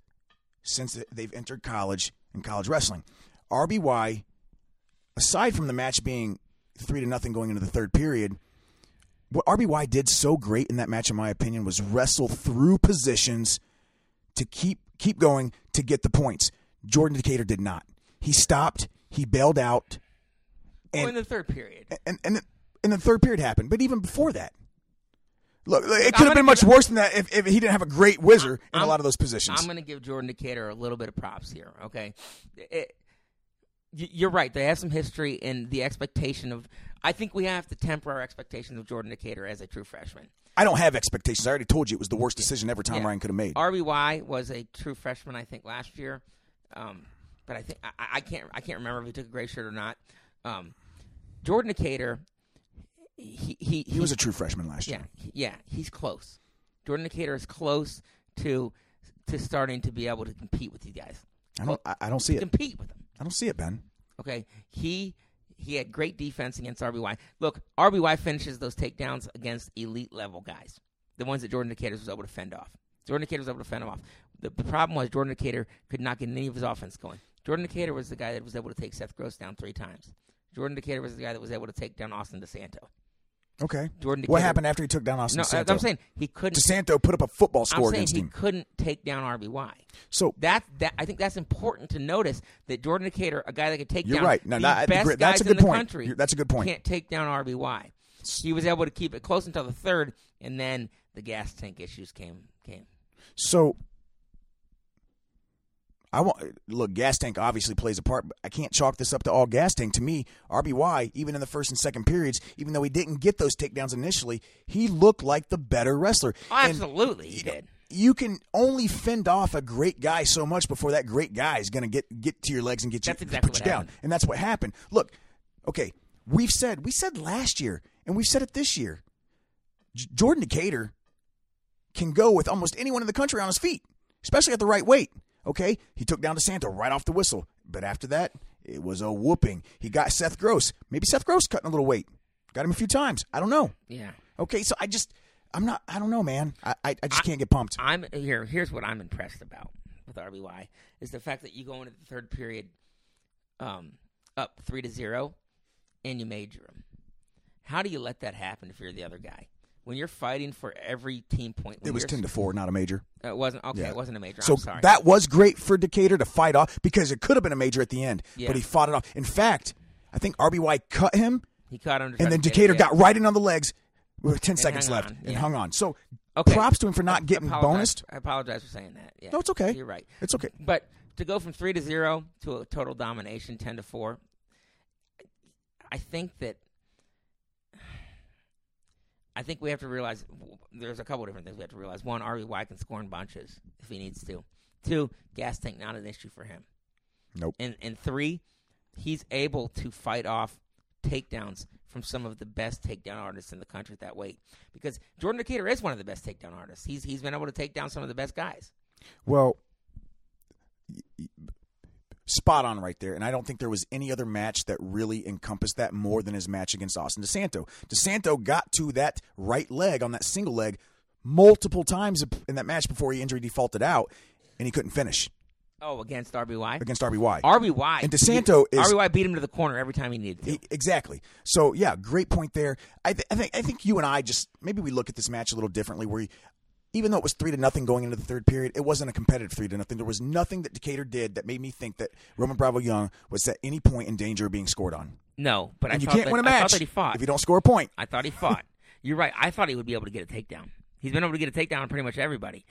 since they've entered college and college wrestling. RBY, aside from the match being three to nothing going into the third period, what RBY did so great in that match, in my opinion, was wrestle through positions to keep keep going to get the points. Jordan Decatur did not. He stopped. He bailed out,
Well,
And-
in the third period,
and and and the third period happened. But even before that, look, it could
gonna
have been much
give
worse than that if, if he didn't have a great whizzer in a
I'm-
lot of those positions.
I'm going to give Jordan Decatur a little bit of props here. Okay, It- y- you're right. They have some history and the expectation of. I think we have to temper our expectations of Jordan Decatur as a true freshman.
I don't have expectations. I already told you it was the worst decision ever Tom
Yeah.
Ryan could have made.
RBY was a true freshman, I think, last year, um, but I think I, I- I can't I can't remember if he took a gray shirt or not. Um, Jordan Decatur, he he,
he was a true freshman last
yeah
year.
he- yeah he's close. Jordan Decatur is close to to starting to be able to compete with these guys.
I don't. I, I don't see it.
Compete with them.
I don't see it, Ben.
Okay, he he had great defense against RBY. Look, RBY finishes those takedowns against elite level guys, the ones that Jordan Decatur was able to fend off. Jordan Decatur was able to fend them off. The, the problem was Jordan Decatur could not get any of his offense going. Jordan Decatur was the guy that was able to take Seth Gross down three times. Jordan Decatur was the guy that was able to take down Austin DeSanto.
Okay.
Jordan
What
Decatur-
happened after he took down Austin
No,
DeSanto?
I'm saying he couldn't.
DeSanto put up a football
I'm
score
saying
against
he
him.
couldn't take down RBY.
So
That that I think that's important to notice that Jordan Decatur, a guy that could take
You're
down
right. No,
the
that-
best
that's a
guys
good
in the
point.
country,
You're- that's a good point.
Can't take down RBY. He was able to keep it close until the third, and then the gas tank issues came came.
So I want look. Gas tank obviously plays a part, but I can't chalk this up to all gas tank. To me, RBY, even in the first and second periods, even though he didn't get those takedowns initially, he looked like the better wrestler. And
Oh, absolutely, he did.
you can only fend off a great guy so much before that great guy is going to get get to your legs and get you,
That's exactly
put you
what
down.
happened.
And that's what happened. Look, okay, we've said we said last year, and we've said it this year. J- Jordan Decatur can go with almost anyone in the country on his feet, especially at the right weight. Okay, he took down DeSanto right off the whistle, but after that, it was a whooping. He got Seth Gross. Maybe Seth Gross cutting a little weight. Got him a few times. I don't know.
Yeah,
Okay, so I just, I'm not, I don't know, man. I, I, I just can't get pumped.
I'm here. Here's what I'm impressed about with RBY is the fact that you go into the third period, um, up three to zero, and you major him. How do you let that happen if you're the other guy? When you're fighting for every team point, when
It was
you're-
ten to four, not a major.
It wasn't okay.
Yeah.
It wasn't a major.
So
I'm sorry.
that was great for Decatur to fight off because it could have been a major at the end,
Yeah.
but he fought it off. In fact, I think RBY cut him,
he caught him, to try
and
to
then
get it,
Decatur
yeah.
got right in on the legs with ten seconds
hung
left
on,
and
yeah.
hung on. So
Okay.
props to him for not
I-
getting
apologize-
bonused.
I apologize for saying that. Yeah.
No, it's okay.
You're right.
It's okay.
But to go from three to zero to a total domination, ten to four, I think that I think we have to realize there's a couple different things we have to realize. One, RBY can score in bunches if he needs to. Two, gas tank not an issue for him.
Nope.
And and three, he's able to fight off takedowns from some of the best takedown artists in the country at that weight. Because Jordan Decatur is one of the best takedown artists. He's he's been able to take down some of the best guys.
Well, y- y- spot on right there. And I don't think there was any other match that really encompassed that more than his match against Austin DeSanto. DeSanto got to that right leg on that single leg multiple times in that match before he injury defaulted out, and he couldn't finish
Oh, against RBY.
against RBY.
RBY
And DeSanto
he,
is-
RBY beat him to the corner every time he needed to.
E- Exactly. So yeah, great point there. I, th- I think I think you and I just maybe we look at this match a little differently. Where you- even though it was three to nothing going into the third period, it wasn't a competitive three to nothing. There was nothing that Decatur did that made me think that Roman Bravo Young was at any point in danger of being scored on.
no, but I
And you
thought
can't
that,
win a
I
match
thought that he fought.
if you don't score a point.
I thought he fought. [laughs] You're right. I thought he would be able to get a takedown. He's been able to get a takedown on pretty much everybody.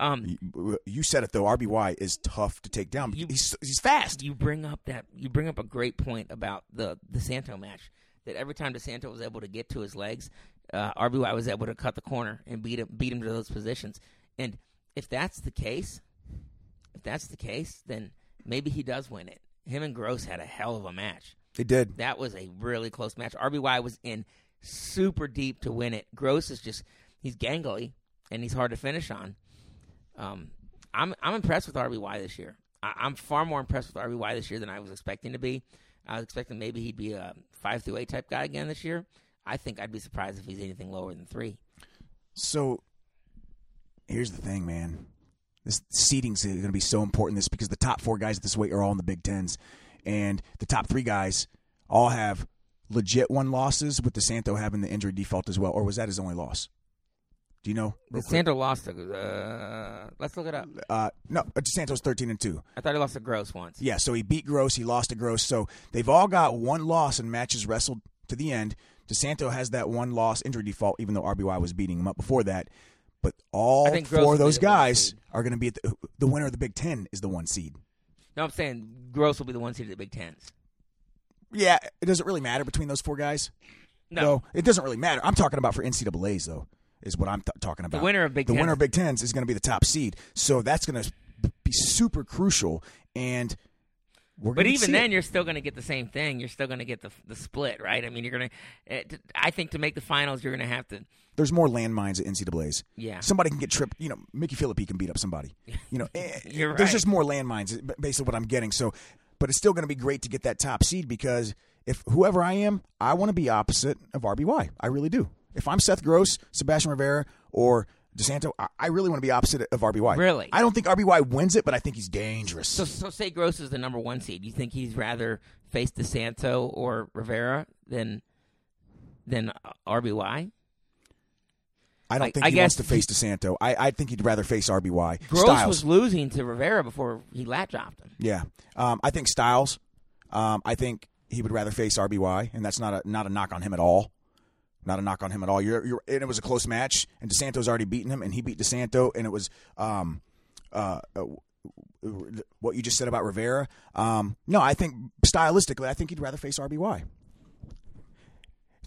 Um,
You- You said it though. RBY is tough to take down.
You-
he's he's fast.
You bring up that you bring up a great point about the the Santo match. That every time DeSanto was able to get to his legs, uh, RBY was able to cut the corner and beat him beat him to those positions. And if that's the case, if that's the case, then maybe he does win it. Him and Gross had a hell of a match.
They did.
That was a really close match. RBY was in super deep to win it. Gross is just he's gangly and he's hard to finish on. Um, I'm I'm impressed with RBY this year. I, I'm far more impressed with RBY this year than I was expecting to be. I was expecting maybe he'd be a five through eight type guy again this year. I think I'd be surprised if he's anything lower than three.
So here's the thing, man. This seating's going to be so important. This because the top four guys at this weight are all in the Big Tens, and the top three guys all have legit one losses. With DeSanto having the injury default as well, or was that his only loss? Do you know? Real quick.
Sandro lost. A, uh, let's look it up.
Uh, no, DeSanto's thirteen and two.
I thought he lost a gross once.
Yeah, so he beat Gross, he lost to Gross. So they've all got one loss in matches wrestled to the end. DeSanto has that one loss injury default, even though RBY was beating him up before that. But all
I think Gross
four
will
of
be
those
the one
guys
seed.
are going to be at the, the winner of the Big Ten is the one seed.
No, I'm saying gross will be the one seed of the Big Tens.
Yeah, it doesn't really matter between those four guys.
No,
Though, it doesn't really matter. I'm talking about for NCAA's though, is what I'm th- talking about.
winner of Big
the winner
Tens.
of Big Tens is going to be the top seed. So that's going to be super crucial. And we're
but
gonna
even
see
then,
it.
you're still going to get the same thing. You're still going to get the the split, right? I mean, you're going to. I think to make the finals, you're going to have to.
there's more landmines at NCAA's.
Yeah.
somebody can get tripped. You know, Mickey Philippi can beat up
[laughs]
somebody. You know, eh,
You're
there's
right.
just more landmines b- based on what I'm getting. So, but it's still going to be great to get that top seed because if whoever I am, I want to be opposite of RBY. I really do. If I'm Seth Gross, Sebastian Rivera, or DeSanto, I, I really want to be opposite of RBY.
Really?
I don't think RBY wins it, but I think he's dangerous.
So, so say Gross is the number one seed. You think he's rather face DeSanto or Rivera than than uh, RBY?
I don't
I-
think
I
he wants
guess
to face DeSanto. I, I think he'd rather face RBY.
Gross
Styles.
was losing to Rivera before he lat dropped him.
Yeah, um, I think Styles. Um, I think he would rather face RBY, and that's not a not a knock on him at all. Not a knock on him at all. You're, you're, and it was a close match, and DeSanto's already beaten him, and he beat DeSanto, and it was um, uh, uh, what you just said about Rivera. Um, no, I think stylistically, I think he'd rather face RBY.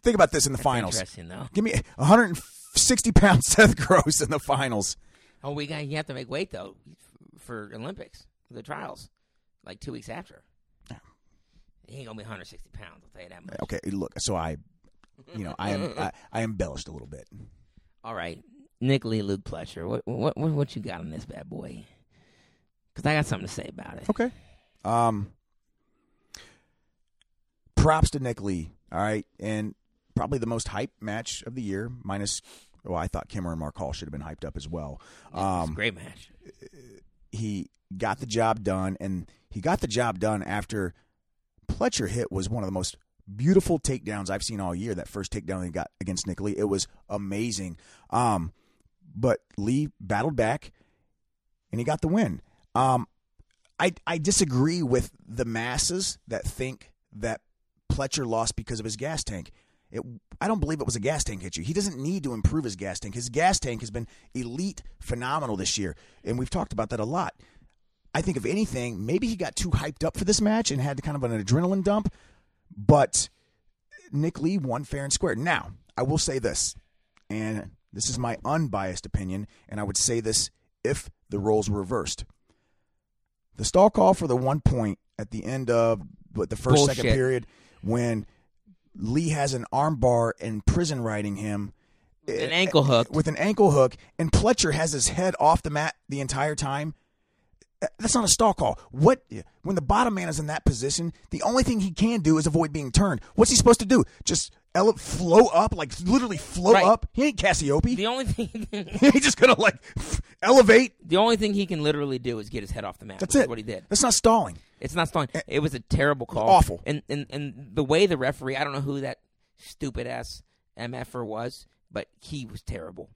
Think about this in the finals.
Interesting though.
Give me 160 pound [laughs] Seth Gross in the finals.
Oh, we got you have to make weight though f- for Olympics, for the trials, like two weeks after. He ain't gonna be 160 pounds. I'll tell you that much.
Okay, look. So I, you know, I am I, I embellished a little bit.
All right, Nick Lee, Luke Pletcher. What what what, what you got on this bad boy? Because I got something to say about it.
Okay. Um, props to Nick Lee. All right, and probably the most hype match of the year, minus. Well, I thought Kimmer and Mark Hall should have been hyped up as well.
It's a
Um,
great match.
he got the job done, and he got the job done after Pletcher hit was one of the most beautiful takedowns I've seen all year. That first takedown he got against Nick Lee, it was amazing. Um, but Lee battled back, and he got the win. Um, I I disagree with the masses that think that Pletcher lost because of his gas tank. It, I don't believe it was a gas tank issue. He doesn't need to improve his gas tank. His gas tank has been elite, phenomenal this year, and we've talked about that a lot. I think if anything, maybe he got too hyped up for this match and had kind of an adrenaline dump. But Nick Lee won fair and square. Now, I will say this, and this is my unbiased opinion, and I would say this if the roles were reversed. The stall call for the one point at the end of what, the first second
Bullshit.
period when Lee has an arm bar and prison riding him
An ankle hook.
eh, with an ankle hook, and Pletcher has his head off the mat the entire time. Uh, That's not a stall call. What when the bottom man is in that position? The only thing he can do is avoid being turned. What's he supposed to do? Just ele- flow up, like literally flow
Right.
up. He ain't Cassiope.
The only thing [laughs]
[laughs] He's just gonna like elevate.
the only thing he can literally do is get his head off the mat.
That's
which is
it.
What he did.
That's not stalling.
It's not stalling. It was a terrible call.
Eh. awful.
And and and the way the referee, I don't know who that stupid ass mf'er was, but he was terrible.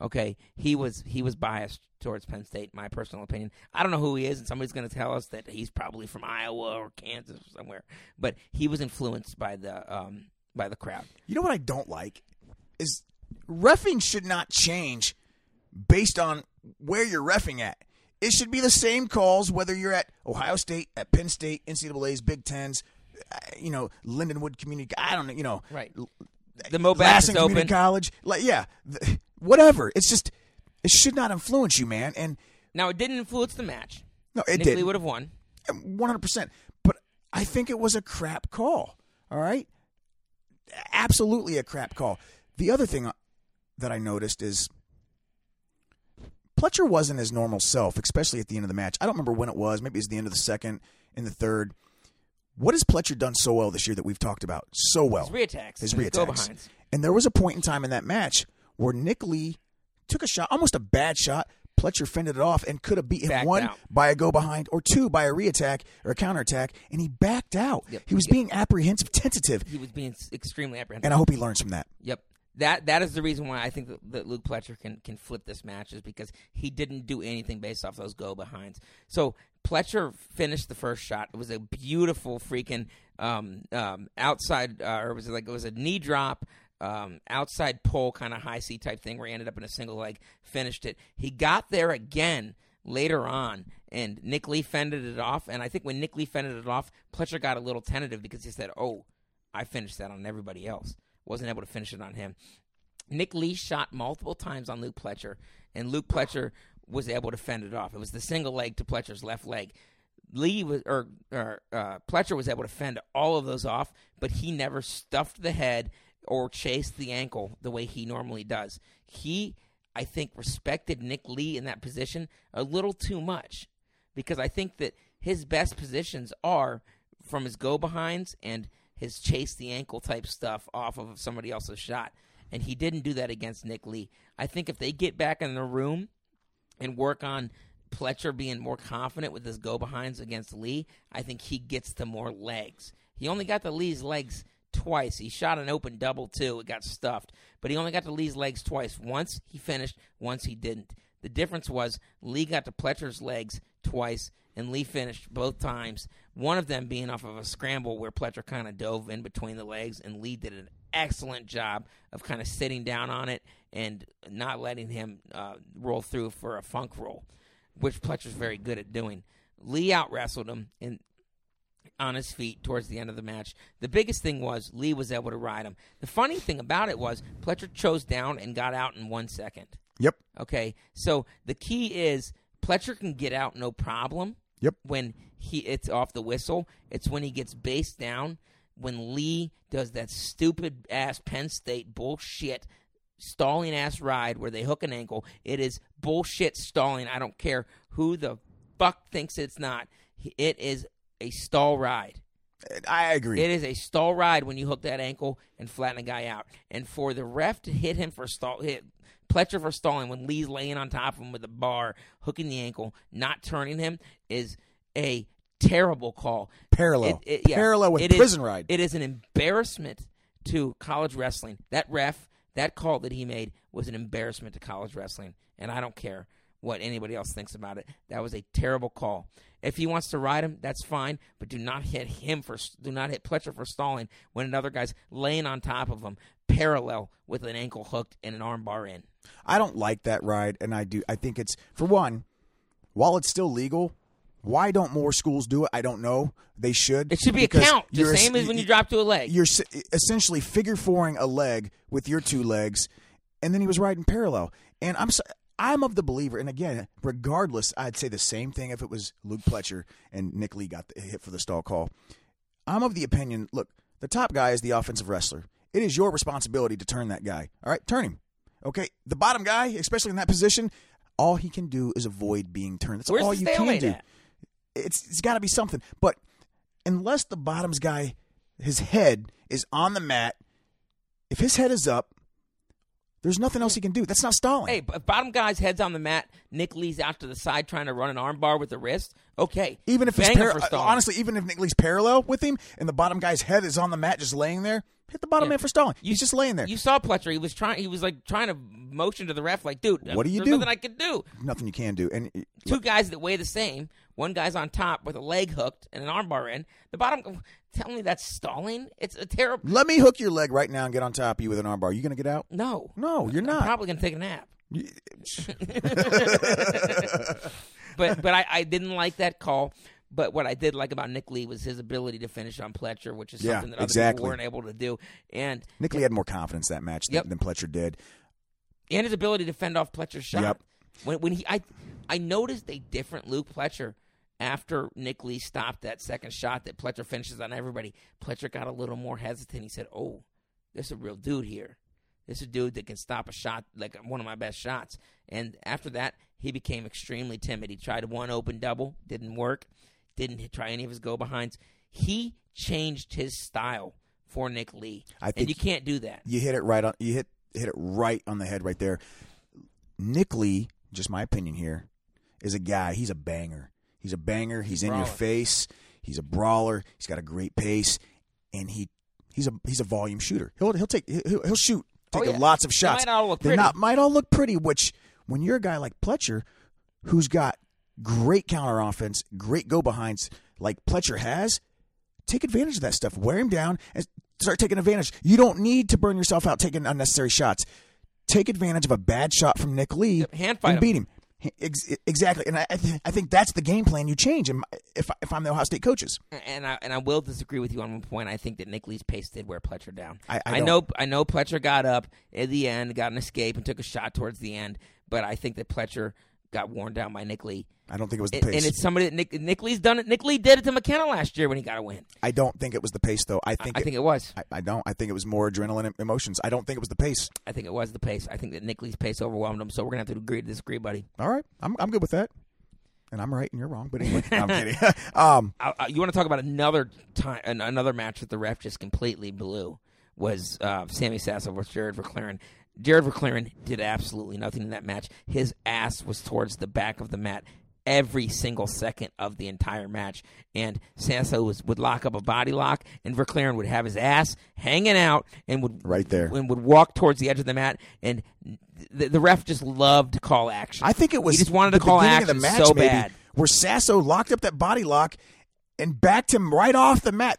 Okay, he was he was biased towards Penn State, in my personal opinion. I don't know who he is, and somebody's going to tell us that he's probably from Iowa or Kansas or somewhere. But he was influenced by the um by the crowd.
You know what I don't like is refing should not change based on where you're refing at. It should be the same calls whether you're at Ohio State, at Penn State, NCAA's, Big Tens, uh, you know, Lindenwood Community. I don't know, you know,
Right. The Mo Baptist
Lassen
Open.
Community College. Like, yeah, th- whatever. It's just It should not influence you, man. And
Now it didn't influence the match.
no, it
Nick Lee
did
would have won.
one hundred percent. But I think it was a crap call. All right, absolutely a crap call. The other thing uh, that I noticed is Pletcher wasn't his normal self, especially at the end of the match. I don't remember when it was. Maybe it was the end of the second, in the third. What has Pletcher done so well this year that we've talked about so well?
His reattacks.
his
and Go
reattacks.
behinds.
And there was a point in time in that match where Nick Lee took a shot, almost a bad shot. Pletcher fended it off and could have beat him
Backed
one
out.
by a go behind or two by a reattack or a counterattack, and he backed out.
Yep.
He was
Yep.
being apprehensive, tentative,
He was being s- extremely apprehensive.
and I hope he learns from that.
Yep. That that is the reason why I think that, that Luke Pletcher can can flip this match is because he didn't do anything based off those go behinds. So Pletcher finished the first shot. It was a beautiful freaking um, um, outside, uh, or was it like it was a knee drop. Um, outside pole kind of high C type thing where he ended up in a single leg, finished it. He got there again later on, and Nick Lee fended it off. And I think when Nick Lee fended it off, Pletcher got a little tentative because he said, "Oh, I finished that on everybody else. Wasn't able to finish it on him. Nick Lee shot multiple times on Luke Pletcher, and Luke Pletcher was able to fend it off. It was the single leg to Pletcher's left leg. Lee was or, or uh, Pletcher was able to fend all of those off, but he never stuffed the head or chased the ankle the way he normally does. He, I think, respected Nick Lee in that position a little too much because I think that his best positions are from his go behinds and his chase the ankle type stuff off of somebody else's shot. And he didn't do that against Nick Lee. I think if they get back in the room and work on Pletcher being more confident with his go behinds against Lee, I think he gets the more legs. He only got the Lee's legs twice. He shot an open double too. It got stuffed, but he only got the Lee's legs twice. Once he finished, once he didn't. The difference was Lee got to Pletcher's legs twice, and Lee finished both times. One of them being off of a scramble where Pletcher kind of dove in between the legs, and Lee did an excellent job of kind of sitting down on it and not letting him uh, roll through for a funk roll, which Pletcher's very good at doing. Lee out wrestled him, and on his feet towards the end of the match. The biggest thing was Lee was able to ride him. The funny thing about it was Pletcher chose down and got out in one second.
Yep.
Okay, so the key is Pletcher can get out no problem.
Yep.
When he it's off the whistle, it's when he gets based down. When Lee does that stupid ass Penn State bullshit stalling ass ride where they hook an ankle, it is bullshit stalling. I don't care who the fuck thinks it's not. It is a stall ride.
I agree.
It is a stall ride when you hook that ankle and flatten a guy out. And for the ref to hit him for stall hit Pletcher for stalling when Lee's laying on top of him with a bar, hooking the ankle, not turning him is a terrible call.
Parallel.
It- it- yeah.
Parallel with
It is-
prison ride.
It is an embarrassment to college wrestling. That ref, that call that he made was an embarrassment to college wrestling, and I don't care what anybody else thinks about it. That was a terrible call. If he wants to ride him, that's fine, but do not hit him for do not hit Pletcher for stalling when another guy's laying on top of him, parallel with an ankle hooked and an armbar in.
I don't like that ride, and I do. I think it's for one, while it's still legal, why don't more schools do it? I don't know. They should.
It should be
because
a count, the
you're-
same as when you drop to a leg.
You're s- essentially figure fouring a leg with your two legs, and then he was riding parallel. And I'm so, I'm of the believer, and again, regardless, I'd say the same thing if it was Luke Pletcher and Nick Lee got the hit for the stall call. I'm of the opinion. Look, the top guy is the offensive wrestler. It is your responsibility to turn that guy. All right, turn him. Okay, the bottom guy, especially in that position, all he can do is avoid being turned. That's
Where's
all
the
you can
stalemate
do.
at?
It's it's got to be something. But unless the bottoms guy, his head is on the mat, if his head is up, there's nothing else he can do. That's not stalling.
Hey, b- bottom guy's head's on the mat. Nick Lee's out to the side trying to run an armbar with the wrist. Okay,
even if it's
Bang him
par-
for stalling.
honestly, even if Nick Lee's parallel with him and the bottom guy's head is on the mat, just laying there, hit the bottom
Yeah.
man for stalling.
You-
He's just laying there.
You saw Pletcher. He was trying. He was like trying to motion to the ref, like, dude,
What do you
there's
do?
Nothing I can do.
nothing you can do. And
Two guys that weigh the same. One guy's on top with a leg hooked and an armbar in. The bottom. Tell me that's stalling. It's a terrible.
let me hook your leg right now and get on top of you with an armbar. You gonna get out?
No,
No, you're
I'm
not.
probably gonna take a nap.
You-
[laughs] but but I, I didn't like that call. But what I did like about Nick Lee was his ability to finish on Pletcher, which is
Yeah,
something that other
exactly.
people weren't able to do. And
Nick Lee had more confidence that match than,
Yep.
than Pletcher did.
and his ability to fend off Pletcher's shot.
Yep.
When when he I I noticed a different Luke Pletcher after Nick Lee stopped that second shot that Pletcher finishes on everybody. Pletcher got a little more hesitant. He said, "Oh, this is a real dude here. This is a dude that can stop a shot like one of my best shots." And after that, he became extremely timid. He tried one open double, didn't work. Didn't hit- try any of his go behinds. He changed his style for Nick Lee,
I think-
and you can't do that.
You hit it right on. You hit hit it right on the head right there. Nick Lee, just my opinion here, is a guy. He's a banger. He's a banger. He's in your
Brawler.
face. He's a brawler. He's got a great pace, and he he's a he's a volume shooter. He'll he'll take he'll, he'll shoot.
Oh,
Take
yeah.
lots of
They
shots.
might not all look
They
pretty.
not- might all look pretty. Which when you're a guy like Pletcher, who's got great counter offense, great go behinds like Pletcher has, take advantage of that stuff. Wear him down and start taking advantage. You don't need to burn yourself out taking unnecessary shots. Take advantage of a bad shot from Nick Lee
Yep, hand fight
and
him.
beat him. Ex- e, exactly, and I, I th- I think that's the game plan you change. in my- If if I'm the Ohio State coaches,
and I and I will disagree with you on one point. I think that Nick Lee's pace did wear Pletcher down.
I- I don't-
know I know Pletcher got up at the end, got an escape, and took a shot towards the end. But I think that Pletcher got worn down by Nick Lee.
I don't think it was the
And,
pace.
and it's somebody that Nick, Nick Lee's done it. Nick Lee did it to McKenna last year when he got a win.
I don't think it was the pace, though. I think
I
it-
think it was.
I, I don't. I think it was more adrenaline and emotions. I don't think it was the pace.
I think it was the pace. I think that Nick Lee's pace overwhelmed him. So we're gonna have to agree to disagree, buddy.
All right, I'm I'm good with that. And I'm right and you're wrong, but
[laughs]
anyway, I'm kidding. [laughs] um,
I, I, you want to talk about another time, an, another match that the ref just completely blew was uh, Sammy Sasso versus Jared McLaren. Jared McLaren did absolutely nothing in that match. His ass was towards the back of the mat every single second of the entire match, and Sasso was, would lock up a body lock, and McLaren would have his ass hanging out and would
Right there.
and would walk towards the edge of the mat, and the, the ref just loved to call action.
I think it was.
He just wanted to
the
call
beginning
action
of the match,
so
maybe,
bad.
Where Sasso locked up that body lock and backed him right off the mat.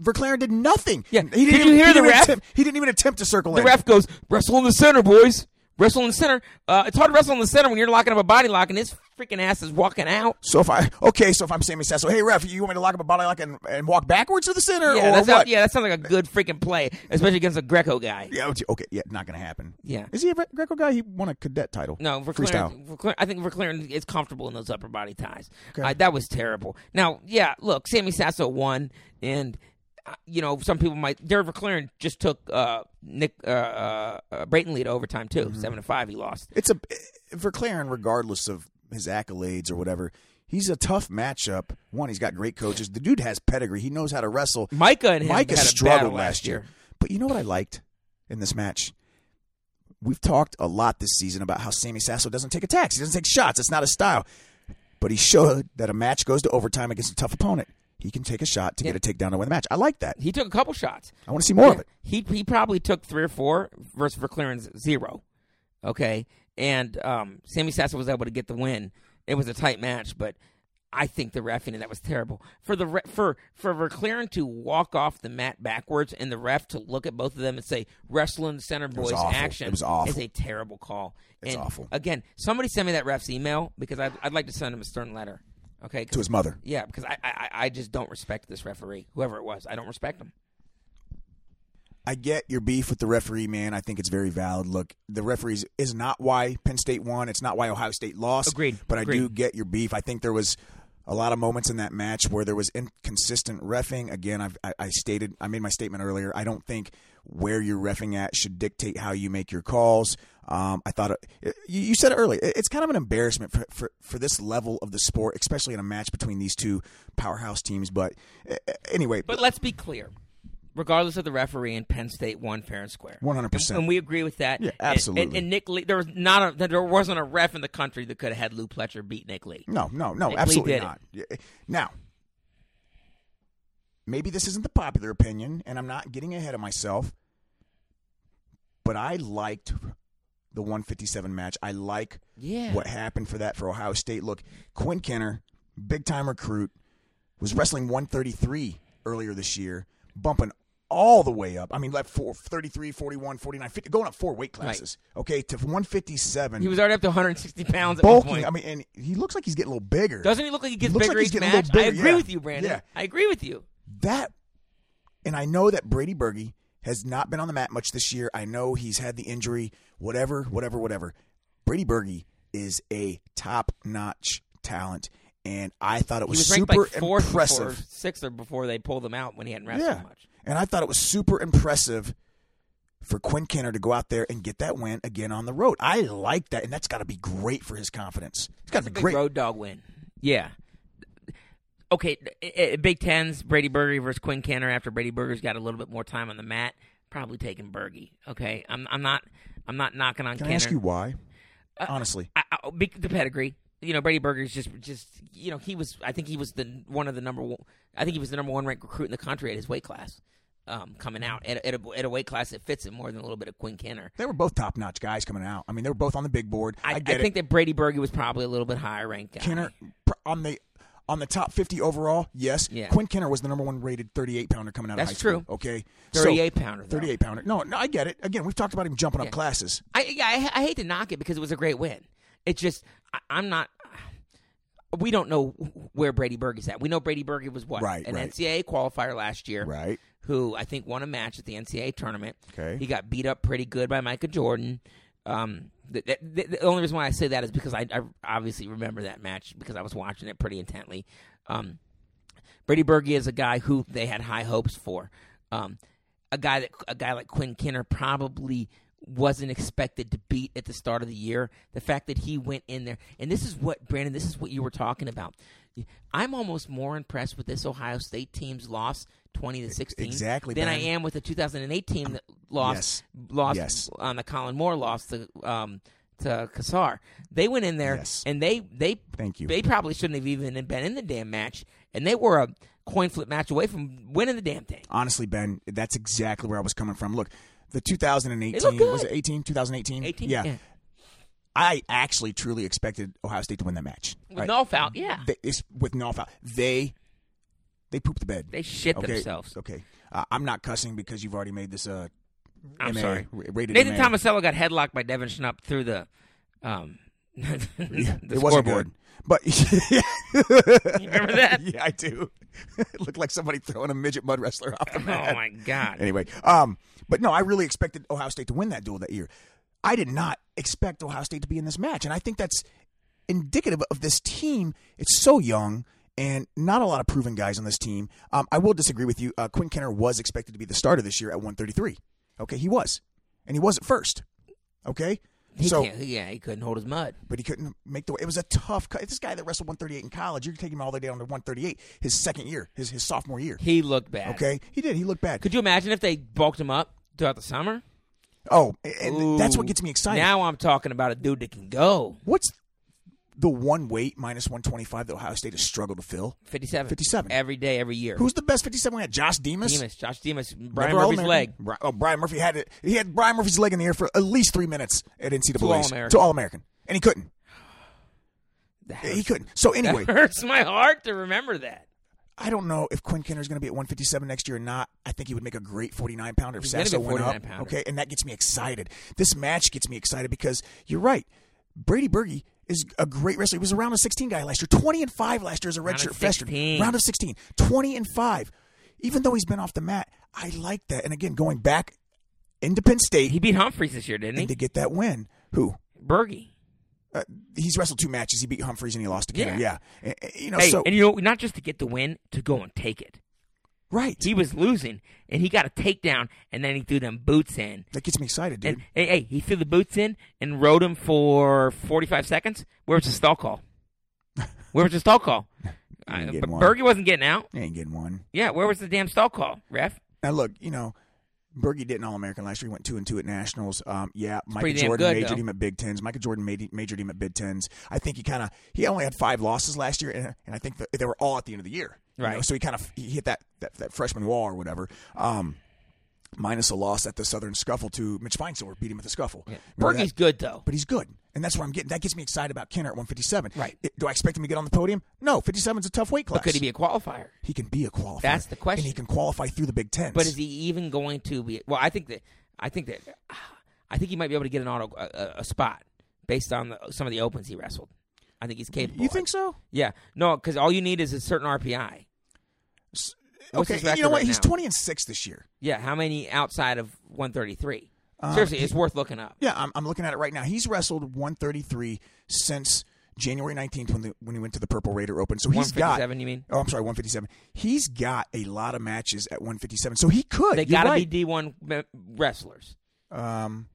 Verclaren did nothing.
Yeah.
he
Did
didn't,
you
even-
hear
he
the
didn't
ref?
Attempt, he didn't even attempt to circle
the
in.
ref goes, wrestle in the center, boys. Wrestle in the center. Uh, it's hard to wrestle in the center when you're locking up a body lock and his freaking ass is walking out.
So if I okay, so if I'm Sammy Sasso, hey ref, you want me to lock up a body lock and, and walk backwards to the center
Yeah,
or
that's
what?
not, yeah, that sounds like a good freaking play, especially against a Greco guy.
Yeah, oh, okay, yeah, not gonna happen.
Yeah.
is he a Gre- Greco guy? He won a cadet title.
No,
freestyle.
Verclaren, Verclaren, I think Verclaren is comfortable in those upper body ties. Uh, that was terrible. Now, yeah, look, Sammy Sasso won, and uh, you know some people might. Jared Verclaren just took uh, Nick uh, uh, uh, Brayton lead overtime too,
Mm-hmm.
seven to five. He lost.
It's a Verclaren, regardless of his accolades or whatever. He's a tough matchup. One, he's got great coaches. The dude has pedigree. He knows how to wrestle.
Micah and him
Mike
had
has
a
struggled
battle
last year. But you know what I liked in this match? We've talked a lot this season about how Sammy Sasso doesn't take attacks. He doesn't take shots. It's not his style. But he showed that a match goes to overtime against a tough opponent. He can take a shot to
Yeah.
get a takedown to win the match. I like that.
He took a couple shots.
I want to see more of
Yeah.
it.
He he probably took three or four versus Verclaren's zero. Okay, and um, Sammy Sasso was able to get the win. It was a tight match, but I think the refing and that was terrible for the re- for for Verclaren to walk off the mat backwards and the ref to look at both of them and say wrestle in the center boys
awful.
action
It was awful.
is a terrible call.
It's
And
awful.
Again, somebody send me that ref's email because I'd, I'd like to send him a stern letter. Okay, 'cause-
To his mother.
yeah, because I, I I- I just don't respect this referee, whoever it was. I don't respect him.
I get your beef with the referee, man. I think it's very valid. Look, the referees is not why Penn State won. It's not why Ohio State lost.
Agreed.
But I
Agreed.
do get your beef. I think there was a lot of moments in that match where there was inconsistent refing. Again, I've, I, I stated, I made my statement earlier. I don't think where you're refing at should dictate how you make your calls. Um, I thought it, you, you said it earlier. It- it's kind of an embarrassment for, for for this level of the sport, especially in a match between these two powerhouse teams. But uh, anyway,
But let's be clear. Regardless of the referee in Penn State won fair and square.
100%.
And- And we agree with that.
Yeah,
And-
absolutely.
And, and Nick Lee there was not a, there wasn't a ref in the country that could have had Lou Pletcher beat Nick Lee.
No, no, no,
Nick Lee
absolutely
did it.
not. Yeah. Now, maybe this isn't the popular opinion, and I'm not getting ahead of myself, but I liked the 157 match. I like
Yeah.
what happened for that for Ohio State. Look, Quinn Kenner, big time recruit, was wrestling 133 earlier this year, bumping all the way up. I mean, like four, 33, 41, 49, 50, going up four weight classes, okay, to 157.
He was already up to 160 pounds at one
bulking.
point.
I mean, and he looks like he's getting a little bigger.
Doesn't he look like he gets
Looks
bigger
like he's
each
getting a
match?
little bigger,
I agree
yeah.
with you, Brandon.
Yeah.
I agree with you.
that and I know that Brady Berge has not been on the mat much this year. I know he's had the injury, whatever, whatever, whatever. Brady Berge is a top notch talent, and I thought it
He
was,
was ranked
super
like fourth
impressive.
or sixth or before they pulled him out when he hadn't wrestled
Yeah.
much.
And I thought it was super impressive for Quinn Kenner to go out there and get that win again on the road. I like that, and that's got to be great for his confidence. It's got to be
Big
great.
road dog win. Yeah. Okay, i- i- Big Tens, Brady Burger versus Quinn Canner after Brady Burger's got a little bit more time on the mat. Probably taking Bergie. Okay, I'm, I'm not I'm not knocking on
Can I
Kenner. Uh,
ask you why? Honestly,
I, I, be- the pedigree. You know, Brady Burger's just, just you know, he was. I think he was the one of the number one. I think he was the number one ranked recruit in the country at his weight class, um, coming out at, a- at, a, at a weight class that fits him more than a little bit of Quinn Kenner.
they were both top notch guys coming out. I mean, they were both on the big board. I,
I, I,
get
think that Brady Burger was probably a little bit higher ranked. Guy.
it. Kenner pr- on the on the top fifty overall. Yes,
Yeah.
Quinn Kenner was the number one rated thirty eight pounder coming out
That's
of high school.
true.
Okay, So,
38 pounder. though.
38 pounder. No, no, I get it. Again, we've talked about him jumping up classes.
I yeah, I, I hate to knock it because it was a great win. It's just I, I'm not. We don't know where Brady Berg is at. We know Brady Berg was what
Right,
an
right.
NCAA qualifier last year,
Right.
Who I think won a match at the NCAA tournament.
Okay.
he got beat up pretty good by Micah Jordan. Um, the, the, the, the only reason why I say that is because I, I obviously remember that match because I was watching it pretty intently. Um, Brady Berge is a guy who they had high hopes for. Um, a guy that a guy like Quinn Kinner probably wasn't expected to beat at the start of the year. The fact that he went in there, and this is what Brandon, this is what you were talking about. I'm almost more impressed with this Ohio State team's loss, twenty to sixteen,
exactly,
than I
Ben.
am with the 2008 team that lost lost
Yes.
on the Colin Moore loss to um, to Kassar. They went in there
Yes.
and they they
Thank you.
they probably shouldn't have even been in the damn match, and they were a coin flip match away from winning the damn thing.
honestly, Ben, that's exactly where I was coming from. Look, the 2018
They look
was it
good.
18? 2018?
18,
Yeah.
yeah.
I actually truly expected Ohio State to win that match.
With no foul, yeah.
They, it's with no foul. They they pooped the bed.
They shit
okay.
themselves.
Okay. Uh, I'm not cussing because you've already made this uh
I'm
MA,
sorry.
ra- rated
Nathan
MA.
Tomasello got headlocked by Devin Schnupp through the um [laughs] the
it wasn't
scoreboard.
good. But
[laughs] You [laughs] remember that?
[laughs] yeah, I do. [laughs] it looked like somebody throwing a midget mud wrestler off the mat.
[laughs] Oh my god.
Anyway, um, but no, I really expected Ohio State to win that duel that year. I did not expect Ohio State to be in this match, and I think that's indicative of this team. It's so young and not a lot of proven guys on this team. Um, I will disagree with you. Uh, Quinn Kenner was expected to be the starter this year at 133. Okay, he was, and he was at first. Okay,
He
so
can't, yeah, he couldn't hold his mud.
but he couldn't make the. It was a tough cut. This guy that wrestled 138 in college, you're taking him all the way down to 138. His second year, his his sophomore year.
He looked bad.
Okay, he did. He looked bad.
Could you imagine if they bulked him up throughout the summer?
Oh, and that's what
Ooh.
gets me excited.
Now I'm talking about a dude that can go.
What's the one weight minus 125 that Ohio State has struggled to fill?
57.
57.
Every day, every year.
Who's the best 57 we had? Josh Demas?
Demas? Josh Demas. Brian
Never
Murphy's
All-American?
leg.
Bri- Oh, Brian Murphy had it. He had Brian Murphy's leg in the air for at least three minutes at NCAA.
All-American.
To All-American. And he couldn't.
That
He couldn't. So anyway,
hurts my heart to remember that.
I don't know if Quinn Kenner's going to be at 157 next year or not. I think he would make a great 49 pounder if
gonna be
Sasso
a
went up.
49 pounder.
Okay, and that gets me excited. This match gets me excited because you're right. Brady Berge is a great wrestler. He was a round of 16 guy last year. 20 and 5 last year as a
Round of
redshirt freshman.
16.
Round of 16. 20 and 5. Even though he's been off the mat, I like that. And again, going back into Penn State
He beat Humphreys this year, didn't
and to
he?
get that win. Who?
Bergie.
Uh, he's wrestled two matches. He beat Humphreys and he lost to Kenner. Yeah.
Yeah.
And- and, you know,
Hey,
so
and you know, not just to get the win, to go and take it.
right.
He was losing, and he got a takedown, and then he threw them boots in.
that gets me excited, dude.
And hey, hey, he threw the boots in and rode him for 45 seconds. Where was the stall call? Where was the
[laughs]
stall call? I,
ain't
but
getting one.
Bergie wasn't getting out.
He ain't getting one.
Yeah, where was the damn stall call, ref?
Now look, you know, Bergie did an All American last year. He went two and two at nationals. Um, yeah, Michael
pretty damn
Jordan
good,
majored
though.
him at Big Tens. Michael Jordan made, majored him at Big Tens. I think he kind of he only had five losses last year, and, and I think that they were all at the end of the year. you know,
Right.
so he kind of he hit that, that that freshman wall or whatever. Um, minus a loss at the Southern Scuffle to Mitch Feinsilver, beat him at the Scuffle. Remember that?
Bergie's good, though.
but he's good. And that's what I'm getting. That gets me excited about Kenner at 157.
Right.
It- do I expect him to get on the podium? No, 57 is a tough weight class.
But could he be a qualifier?
He can be a qualifier.
That's the question.
And he can qualify through the Big Tens.
But is he even going to be? Well, I think that I think that [sighs] I think he might be able to get an auto a, a- a spot based on the, some of the opens he wrestled. I think he's capable.
you think so?
Yeah, no, because all you need is a certain RPI. What's
okay, and
his
you
record
know what?
right
He's
now?
twenty and six this year.
Yeah, how many outside of 133?
Uh,
Seriously, it's worth looking up.
Yeah, I'm, I'm looking at it right now. He's wrestled 133 since January 19th when the, when he went to the Purple Raider Open. So he's got
157, you mean?
Oh, I'm sorry, 157. He's got a lot of matches at 157. So he could.
They
You're
got to
right.
be D1 me- wrestlers.
um,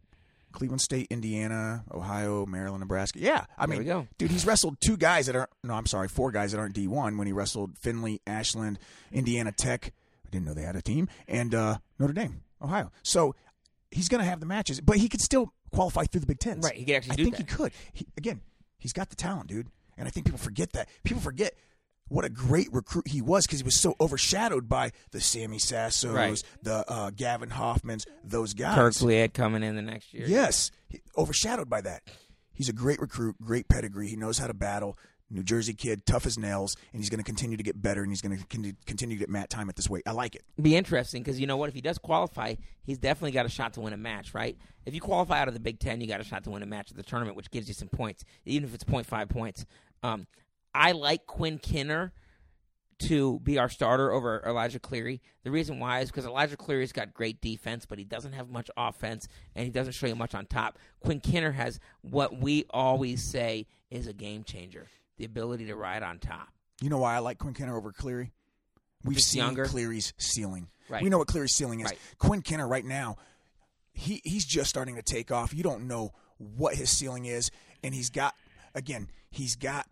Cleveland State, Indiana, Ohio, Maryland, Nebraska. Yeah, I mean,
we go.
dude, he's wrestled two guys that aren't. No, I'm sorry, four guys that aren't D1 when he wrestled Finley, Ashland, Indiana Tech. I didn't know they had a team, and uh, Notre Dame, Ohio. So he's gonna have the matches, but he could still qualify through the Big Ten.
Right, he could actually
I
do
think
that.
he could. He, again, he's got the talent, dude, and I think people forget that. People forget. What a great recruit he was because he was so overshadowed by the Sammy Sassos,
Right.
the uh, Gavin Hoffmans, those guys.
Kirkley had coming in the next year.
Yes, he- overshadowed by that. He's a great recruit, great pedigree. He knows how to battle. New Jersey kid, tough as nails, and he's going to continue to get better, and he's going to con- continue to get mat time at this weight. I like it.
be interesting because you know what? If he does qualify, he's definitely got a shot to win a match, right? If you qualify out of the Big Ten, you got a shot to win a match at the tournament, which gives you some points, even if it's 0.5 points. Um, I like Quinn Kinner to be our starter over Elijah Cleary. The reason why is because Elijah Cleary's got great defense, but he doesn't have much offense and he doesn't show you much on top. Quinn Kinner has what we always say is a game changer the ability to ride on top.
You know why I like Quinn Kenner over Cleary? We've
He's
seen
younger.
Cleary's ceiling.
Right.
We know what Cleary's ceiling is.
Right.
Quinn Kenner right now, he he's just starting to take off. You don't know what his ceiling is, and he's got again, he's got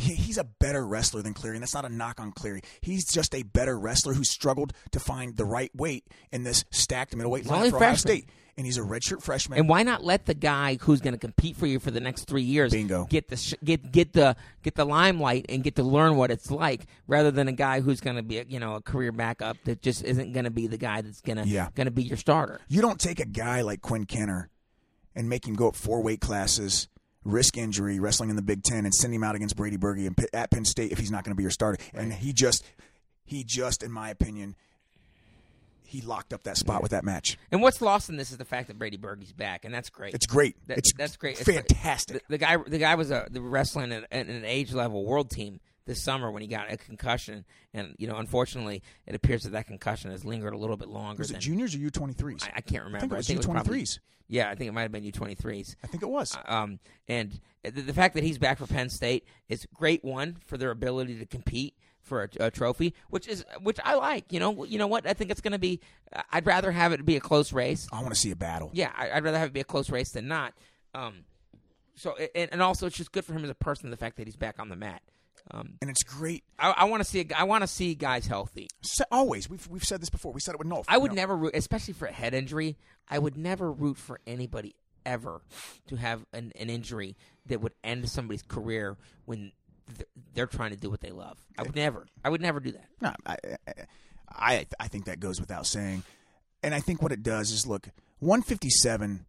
he, he's a better wrestler than Cleary, and that's not a knock on Cleary. He's just a better wrestler who struggled to find the right weight in this stacked middleweight
He's
lineup
only
for
a
Ohio
freshman.
State, and he's a redshirt freshman.
And why not let the guy who's going to compete for you for the next three years
Bingo.
get the sh- get get the get the limelight and get to learn what it's like, rather than a guy who's going to be you know a career backup that just isn't going to be the guy that's going to
Yeah.
going to be your starter.
You don't take a guy like Quinn Kenner and make him go up four weight classes, risk injury, wrestling in the Big Ten, and send him out against Brady Berge and Pitt, at Penn State if he's not going to be your starter. And he just, he just, in my opinion, he locked up that spot with that match.
And what's lost in this is the fact that Brady Berge's back, and that's great.
It's great.
That-
it's
that's great. It's-
Fantastic.
The, the guy, the guy was a the wrestling at, at an age level world team this summer when he got a concussion, and you know, unfortunately, it appears that that concussion has lingered a little bit longer.
was
than,
it juniors or U twenty threes?
I, I can't remember.
it was
probably-
U23s.
Yeah, I think it might have been U twenty threes.
I think it was.
Um, and the, the fact that he's back for Penn State is great. One for their ability to compete for a, a trophy, which is which I like. You know, you know what? I think it's going to be. I'd rather have it be a close race.
I want to see a battle.
Yeah, I, I'd rather have it be a close race than not. Um, so and, and also it's just good for him as a person the fact that he's back on the mat. Um,
And it's great.
I, I want to see a g- I want to see guys healthy.
Se- always, we've we've said this before. We said it with Nolf.
I would
You know,
never root, especially for a head injury. I would never root for anybody ever to have an, an injury that would end somebody's career when th- they're trying to do what they love. I would never. I would never do that.
No, I, I- I I think that goes without saying, and I think what it does is look 157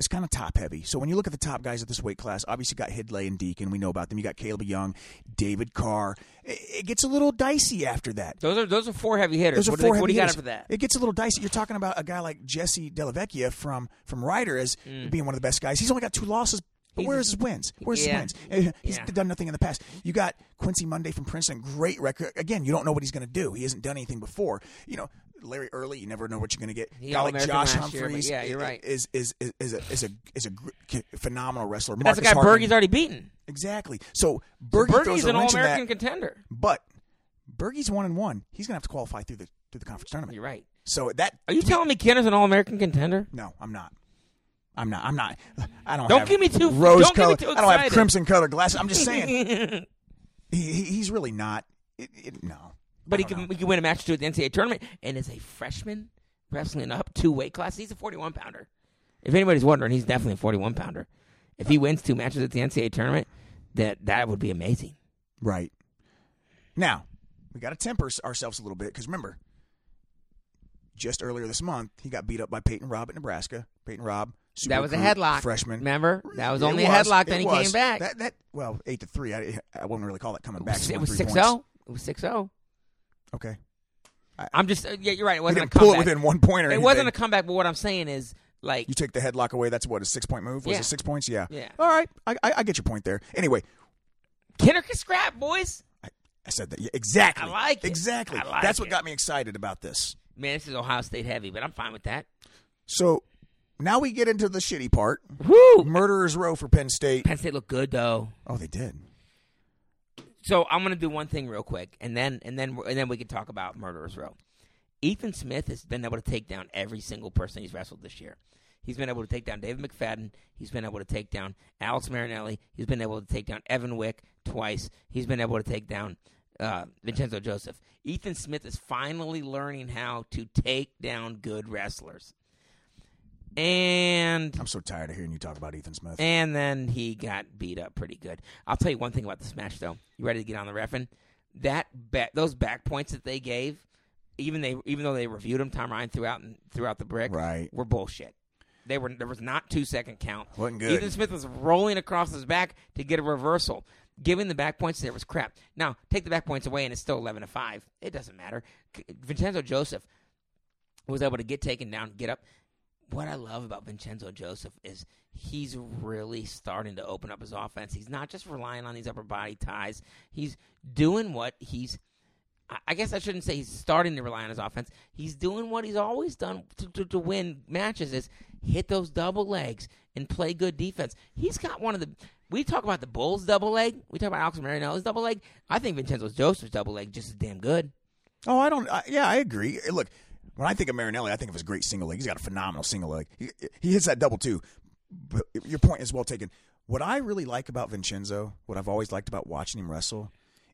is kind of top heavy. So when you look at the top guys at this weight class, obviously you got Hidley and Deacon, we know about them. You got Caleb Young, David Carr. It, it gets a little dicey after that.
Those are those are four heavy hitters.
Those are
what do
four
they- what do
heavy
you got
hitters.
for that?
It gets a little dicey. You're talking about a guy like Jesse Delavecchia from from Ryder as being one of the best guys. He's only got two losses. But
Mm. He's-
where's his wins? Where's
Yeah.
his wins? Uh, He's
Yeah.
done nothing in the past. You got Quincy Monday from Princeton, great record. Again, you don't know what he's going to do. He hasn't done anything before. You know, Larry Early, you never know what you're going to get.
He
guy like
All-American
Josh
last year, but
Humphries,
yeah, you're right.
Is is is, is a is a is a gr- phenomenal wrestler.
That's a
Marcus
guy
Hartman.
Bergie's already beaten.
exactly. So Bergie throws
Bergie's
a
an
wrench in
All American
that,
contender.
but Bergie's one and one. He's going to have to qualify through the through the conference tournament.
You're right.
So that
Are you telling me Kenner's an All American contender?
No, I'm not. I'm not. I'm not. I don't.
Don't
have
give me too-
rose
don't give me
color.
too
I don't have
excited.
crimson colored glasses. I'm
[laughs]
just saying. he, he- he's really not. It, it, no.
But he
I don't
can,
know.
he can win a match too at the NCAA tournament and is a freshman wrestling up two weight classes. He's a 41 pounder. If anybody's wondering, he's definitely a 41 pounder. If he wins two matches at the NCAA tournament, that that would be amazing.
Right. Now, we got to temper s- ourselves a little bit because remember, just earlier this month, he got beat up by Peyton Robb at Nebraska. Peyton Robb. Super
that was a
recruit,
headlock.
Freshman.
Remember? That was
It
only a
was,
headlock,
it
then he
was.
came back.
That, that well, eight to three. I, I wouldn't really call that coming
it
back.
was,
He
it
won
was oh.
three
6
points.
0. It was 6 0.
Okay,
I'm just, uh, yeah, you're right. It
he
wasn't a
didn't pull it
comeback.
within one point or
it
anything.
wasn't a comeback, but what I'm saying is, like,
You take the headlock away. That's what a six point move was.
Yeah.
It six points. Yeah.
Yeah.
All right. I, I, I get your point there. Anyway,
Kenner can scrap, boys.
I said that yeah, exactly.
I like it.
Exactly.
I like
That's what
it.
got me excited about this.
Man, this is Ohio State heavy, but I'm fine with that.
So Now we get into the shitty
[laughs]
part.
Woo!
Murderers Row for Penn State.
Penn State looked good though.
Oh, they did.
So I'm gonna do one thing real quick, and then and then and then we can talk about Murderers Row. Ethan Smith has been able to take down every single person he's wrestled this year. He's been able to take down David McFadden. He's been able to take down Alex Marinelli. He's been able to take down Evan Wick twice. He's been able to take down uh, Vincenzo Joseph. Ethan Smith is finally learning how to take down good wrestlers. And
I'm so tired of hearing you talk about Ethan Smith.
and then he got beat up pretty good. I'll tell you one thing about this match, though. You ready to get on the refin? That ba- those back points that they gave, even they even though they reviewed them, Tom Ryan threw out and threw out the brick.
Right.
were bullshit. They were there was not two second count.
Wasn't good.
Ethan Smith was rolling across his back to get a reversal. Giving the back points there was crap. Now take the back points away, and it's still eleven to five. It doesn't matter. C- Vincenzo Joseph was able to get taken down, get up. What I love about Vincenzo Joseph is he's really starting to open up his offense. He's not just relying on these upper body ties. He's doing what he's. I- I guess I shouldn't say he's starting to rely on his offense. He's doing what he's always done to, to, to win matches: is hit those double legs and play good defense. He's got one of the. We talk about the Bulls' double leg. We talk about Alex Marinelli's double leg. I think Vincenzo Joseph's double leg just as damn good.
Oh, I don't. I, yeah, I agree. Eh, Look, when I think of Marinelli, I think of his great single leg. He's got a phenomenal single leg. He, he hits that double too. But your point is well taken. What I really like about Vincenzo, what I've always liked about watching him wrestle,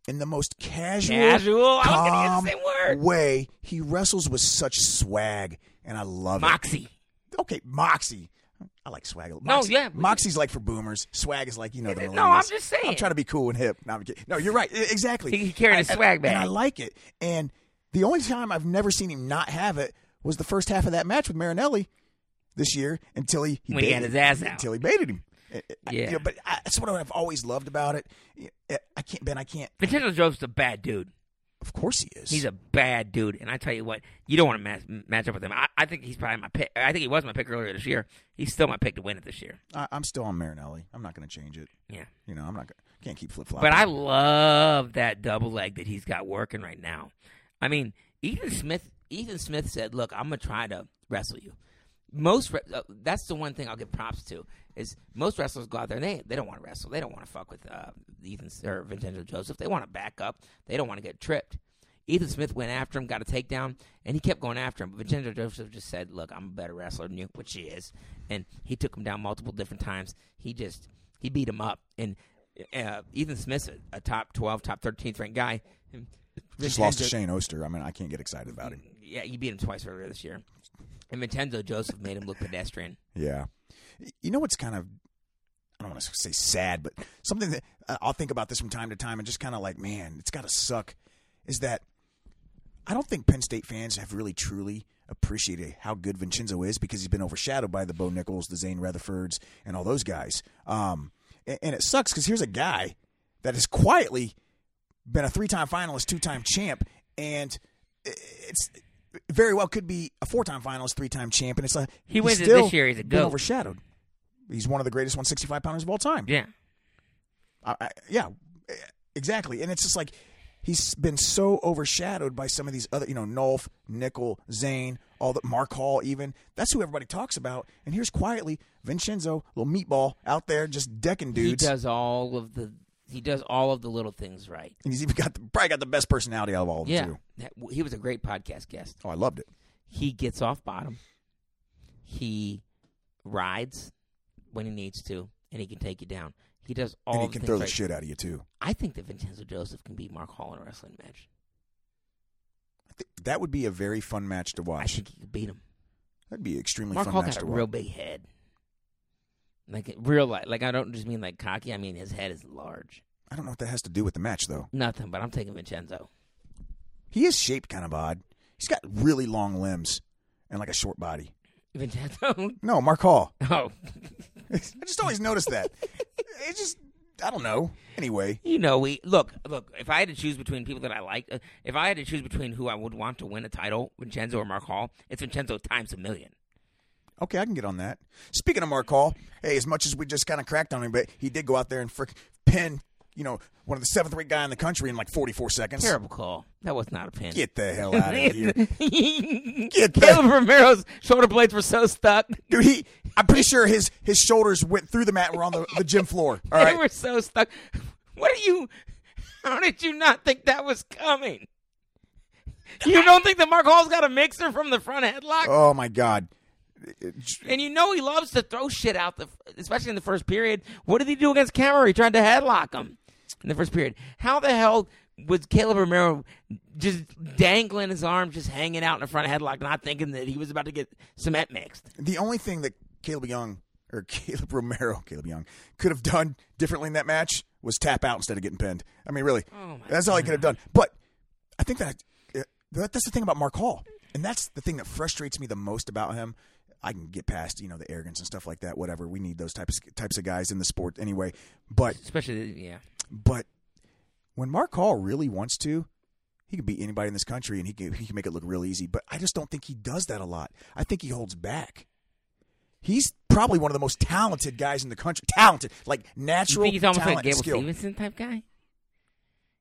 in the most casual,
Casual. I was gonna
calm
use the same word.
way, he wrestles with such swag, and I love it.
Moxie.
okay, Moxie. I like swag. Moxie,
yeah.
Moxie's like for boomers. Swag is like you know the.
No, I'm
millennials.
just saying.
I'm trying to be cool and hip. No, I'm kidding. No, you're right. E- Exactly.
He- he carried
I-
his swag
And I
bag.
like it. And the only time I've never seen him not have it was the first half of that match with Marinelli this year until he,
When he
baited-
had his ass out.
until he baited him. I- I-
Yeah.
you know, but I, that's what I've always loved about it. I- I can't, Ben. I can't.
Vincenzo Joseph's a bad dude.
Of course he is.
He's a bad dude, and I tell you what, you don't want to match, match up with him. I, I think he's probably my pick. I think he was my pick earlier this year. He's still my pick to win it this year.
I, I'm still on Marinelli. I'm not going to change it.
Yeah,
You know, I'm not. Gonna, can't keep flip flopping.
but I love that double leg that he's got working right now. I mean, Ethan Smith. Ethan Smith said, "Look, I'm gonna try to wrestle you." Most re- uh, that's the one thing I'll give props to is most wrestlers go out there and they they don't want to wrestle. They don't want to fuck with uh, Ethan or Vincenzo Joseph. They want to back up. They don't want to get tripped. Ethan Smith went after him, got a takedown, and he kept going after him. But Vincenzo Joseph just said, "Look, I'm a better wrestler than you," which he is, and he took him down multiple different times. He just he beat him up, and uh, Ethan Smith's a, a top twelve, top thirteenth ranked guy. And
just lost to
Vincenzo-
Shane Oster. I mean, I can't get excited about him.
Yeah, you beat him twice earlier this year, and Vincenzo Joseph made him look pedestrian.
Yeah. You know what's kind of I don't want to say sad, but something that uh, I'll think about this from time to time and just kind of like, man, it's got to suck is that I don't think Penn State fans have really truly appreciated how good Vincenzo is because he's been overshadowed by the Bo Nichols, the Zane Rutherfords, and all those guys. Um, and, and it sucks because here's a guy that has quietly been a three-time finalist, two-time champ, and i- it's very well could be a four-time finalist, three-time champ, and it's like
He
he's
wins it
still
this year, he's a
been
goat.
overshadowed. He's one of the greatest 165 pounders of all time.
Yeah,
I, I, yeah, eh, exactly. And it's just like he's been so overshadowed by some of these other, you know, Nolf, Nickel, Zane, all the Mark Hall, even. That's who everybody talks about. And here's quietly Vincenzo, little meatball out there just decking
he
dudes.
does all of the he does all of the little things right.
And he's even got the, probably got the best personality out of all of them
Yeah,
too.
That- he was a great podcast guest.
Oh, I loved it.
he gets off bottom. He rides when he needs to, and he can take you down. He does all.
and he
the
can
things
throw the
right.
shit out of you too.
I think that Vincenzo Joseph can beat Mark Hall in a wrestling match.
I thi- That would be a very fun match to
I
watch.
think he could beat him.
That'd be an extremely
Mark
fun
Hall
match
got
to
a
watch.
real big head, like real life. Like I don't just mean like cocky. I mean his head is large.
I don't know what that has to do with the match though.
Nothing, but I'm taking Vincenzo. [laughs]
He is shaped kind of odd. He's got really long limbs and like a short body.
Vincenzo. [laughs]
No, Mark Hall.
Oh,
I just always noticed that. It just, I don't know. Anyway,
You know, we look, look. If I had to choose between people that I like, uh, if I had to choose between who I would want to win a title, Vincenzo or Mark Hall, it's Vincenzo times a million.
okay, I can get on that. Speaking of Mark Hall, hey, as much as we just kind of cracked on him, but he did go out there and frick pin you know, one of the seventh rate guy in the country in like 44 seconds.
Terrible call. That was not a pin.
Get the hell
[laughs]
out of here.
Get
Get the-
Caleb Romero's shoulder blades were so stuck.
Dude, he I'm pretty sure his his shoulders went through the mat and were on the, the gym floor. All
They
right.
were so stuck. What are you? How did you not think that was coming? You don't think that Mark Hall's got a mixer from the front headlock?
Oh my god.
And you know he loves to throw shit out, the, especially in the first period. What did he do against Camaro? He tried to headlock him in the first period. How the hell was Caleb Romero just dangling his arm, just hanging out in the front headlock, not thinking that he was about to get cement mixed?
The only thing that Caleb Young or [laughs] Caleb Romero, Caleb Young could have done differently in that match was tap out instead of getting pinned. I mean, really.
Oh, my
that's all he could have done. But I think that, uh, that that's the thing about Mark Hall. And that's the thing that frustrates me the most about him. I can get past, you know, the arrogance and stuff like that, whatever. We need those types types of guys in the sport anyway. But
Especially, yeah.
But when Mark Hall really wants to, he can beat anybody in this country and he can, he can make it look real easy. But I just don't think he does that a lot. I think he holds back. He's probably one of the most talented guys in the country. Talented, like
You
natural
think he's almost
talent
like
and
Gable
skill.
Stevenson type guy?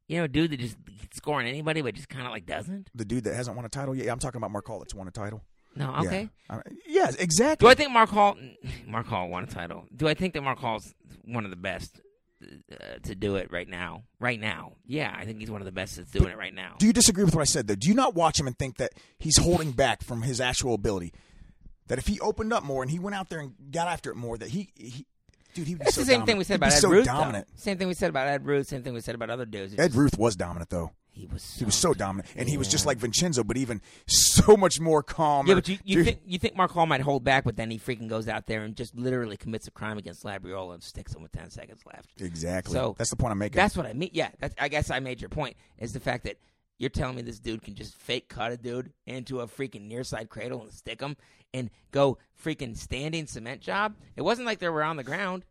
You know, dude that just he's scoring anybody, but just kind of like doesn't.
The dude that hasn't won a title yet. I'm talking about Mark Hall that's won a title.
No,
Yeah.
okay.
I- yes, exactly.
Do I think Mark Hall? [laughs] Mark Hall won a title. Do I think that Mark Hall's one of the best uh, to do it right now? Right now, yeah, I think he's one of the best that's doing it right now.
Do you disagree with what I said though? Do you not watch him and think that he's holding back from his actual ability? That if he opened up more and he went out there and got after it more, that he, he dude, he'd be
That's
so
the same
dominant.
thing we said
He'd be
about Ed
so
Ruth. though.
dominant.
Same thing we said about Ed Ruth. Same thing we said about other dudes. It's
Ed
just-
Ruth was dominant though.
he was so,
He was so dominant, and he was just like Vincenzo, but even so much more calm.
Yeah, but you, you
Dude,
think you think Mark Hall might hold back, but then he freaking goes out there and just literally commits a crime against Labriola and sticks him with ten seconds left.
exactly.
So-
that's the point I'm making.
That's what I mean. Yeah, that's, I guess I made your point is the fact that you're telling me this dude can just fake cut a dude into a freaking near side cradle and stick him and go freaking standing cement job. It wasn't like they were on the ground.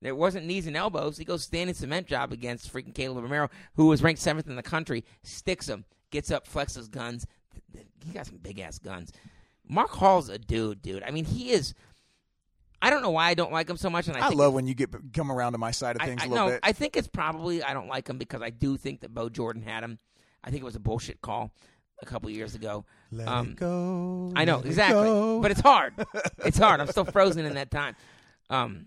There wasn't knees and elbows. He goes standing cement job against freaking Caleb Romero, who was ranked seventh in the country, sticks him, gets up, flexes guns. He got some big ass guns. Mark Hall's a dude, dude. I mean, he is. I don't know why I don't like him so much, and I,
I
think
love when you get come around to my side of
I-
things
I,
a little
no,
bit.
I think it's probably I don't like him because I do think that Bo Jordan had him. I think it was a bullshit call a couple years ago.
let
um,
it go.
I know
let it
exactly,
go.
but
[laughs]
it's hard. it's hard. I'm still frozen in that time. Um,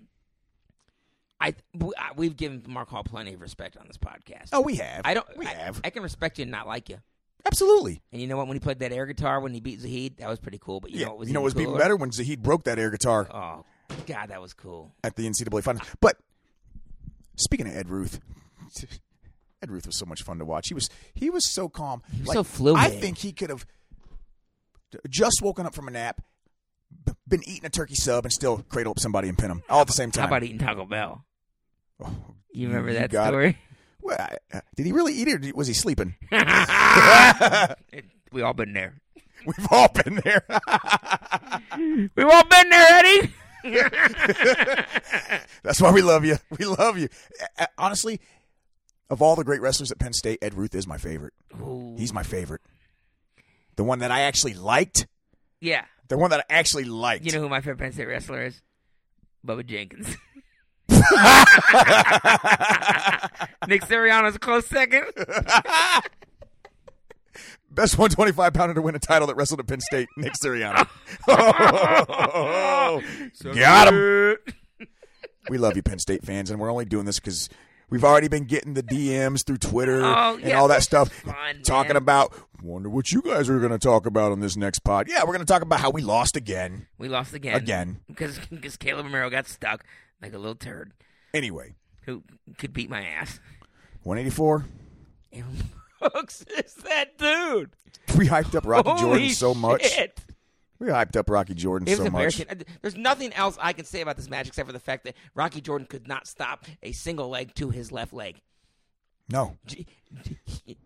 I, w- I- we've given Mark Hall plenty of respect on this podcast.
oh, we have.
I don't.
We
I,
have
I can respect you and not like you.
absolutely.
And you know what? When he played that air guitar when he beat Zahid, that was pretty cool. But you
yeah,
know what was
you know
even
it was even
cooler?
better when Zahid broke that air guitar.
Oh God, that was cool.
at the NCAA finals. But speaking of Ed Ruth, [laughs] Ed Ruth was so much fun to watch. He was he was so calm, he
was so fluid.
I think he could have just woken up from a nap, b- been eating a turkey sub, and still cradle up somebody and pin him all at the same time.
How about eating Taco Bell?
Oh,
You remember
you
that
got it.
story?
well, I- uh, did he really eat it, or did- was he sleeping? [laughs]
[laughs] we all been there.
We've all been there. [laughs]
We've all been there, Eddie.
That's why we love you. We love you. Uh, uh, Honestly, of all the great wrestlers at Penn State, Ed Ruth is my favorite. He's my favorite. The one that I actually liked.
yeah.
The one that I actually liked.
You know who my favorite Penn State wrestler is? Bubba Jenkins. [laughs] Nick Sirianni's a close [laughs] second.
Best 125 pounder to win a title that wrestled at Penn State, Nick
[laughs]
Sirianni. [laughs] Oh, got him. We love you, Penn State fans, and we're only doing this because we've already been getting the DMs through Twitter
Oh,
and
yeah,
all that
that's
stuff.
fun,
talking
man.
about, wonder what you guys are going to talk about on this next pod. Yeah, we're going to talk about how we lost again.
We lost again.
Again.
Because Caleb Romero got stuck like a little turd
Anyway,
who could beat my ass.
184.
Aaron Brooks is that dude.
[laughs] We hyped up Rocky
Holy
Jordan so much.
shit.
We hyped up Rocky Jordan
It was
so much.
embarrassing. Uh, There's nothing else I can say about this match except for the fact that Rocky Jordan could not stop a single leg to his left leg.
No,
J-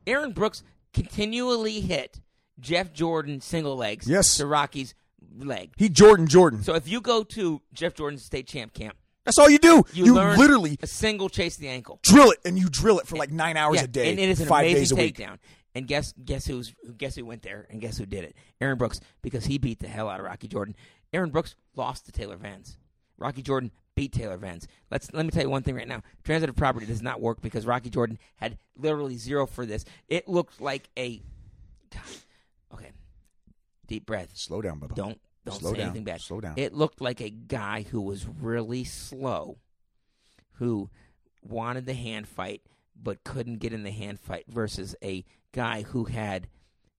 Aaron Brooks continually hit Jeff Jordan single legs
Yes.
to Rocky's leg.
he Jordan Jordan.
So if you go to Jeff Jordan's state champ camp,
That's all you do.
you,
You,
learn
literally
a single chase to the ankle.
drill it and you drill it for like nine hours
Yeah,
a day,
and it is an
five days a
amazing
week.
takedown. And guess guess who's guess who went there and guess who did it? Aaron Brooks because he beat the hell out of Rocky Jordan. Aaron Brooks lost to Taylor Vance. Rocky Jordan beat Taylor Vans. Let's let me tell you one thing right now. Transitive property does not work because Rocky Jordan had literally zero for this. It looked like a God. Okay. Deep breath.
Slow down, Bubba.
Don't don't
Slow
say
down.
anything bad.
Slow down.
It looked like a guy who was really slow, who wanted the hand fight but couldn't get in the hand fight, versus a guy who had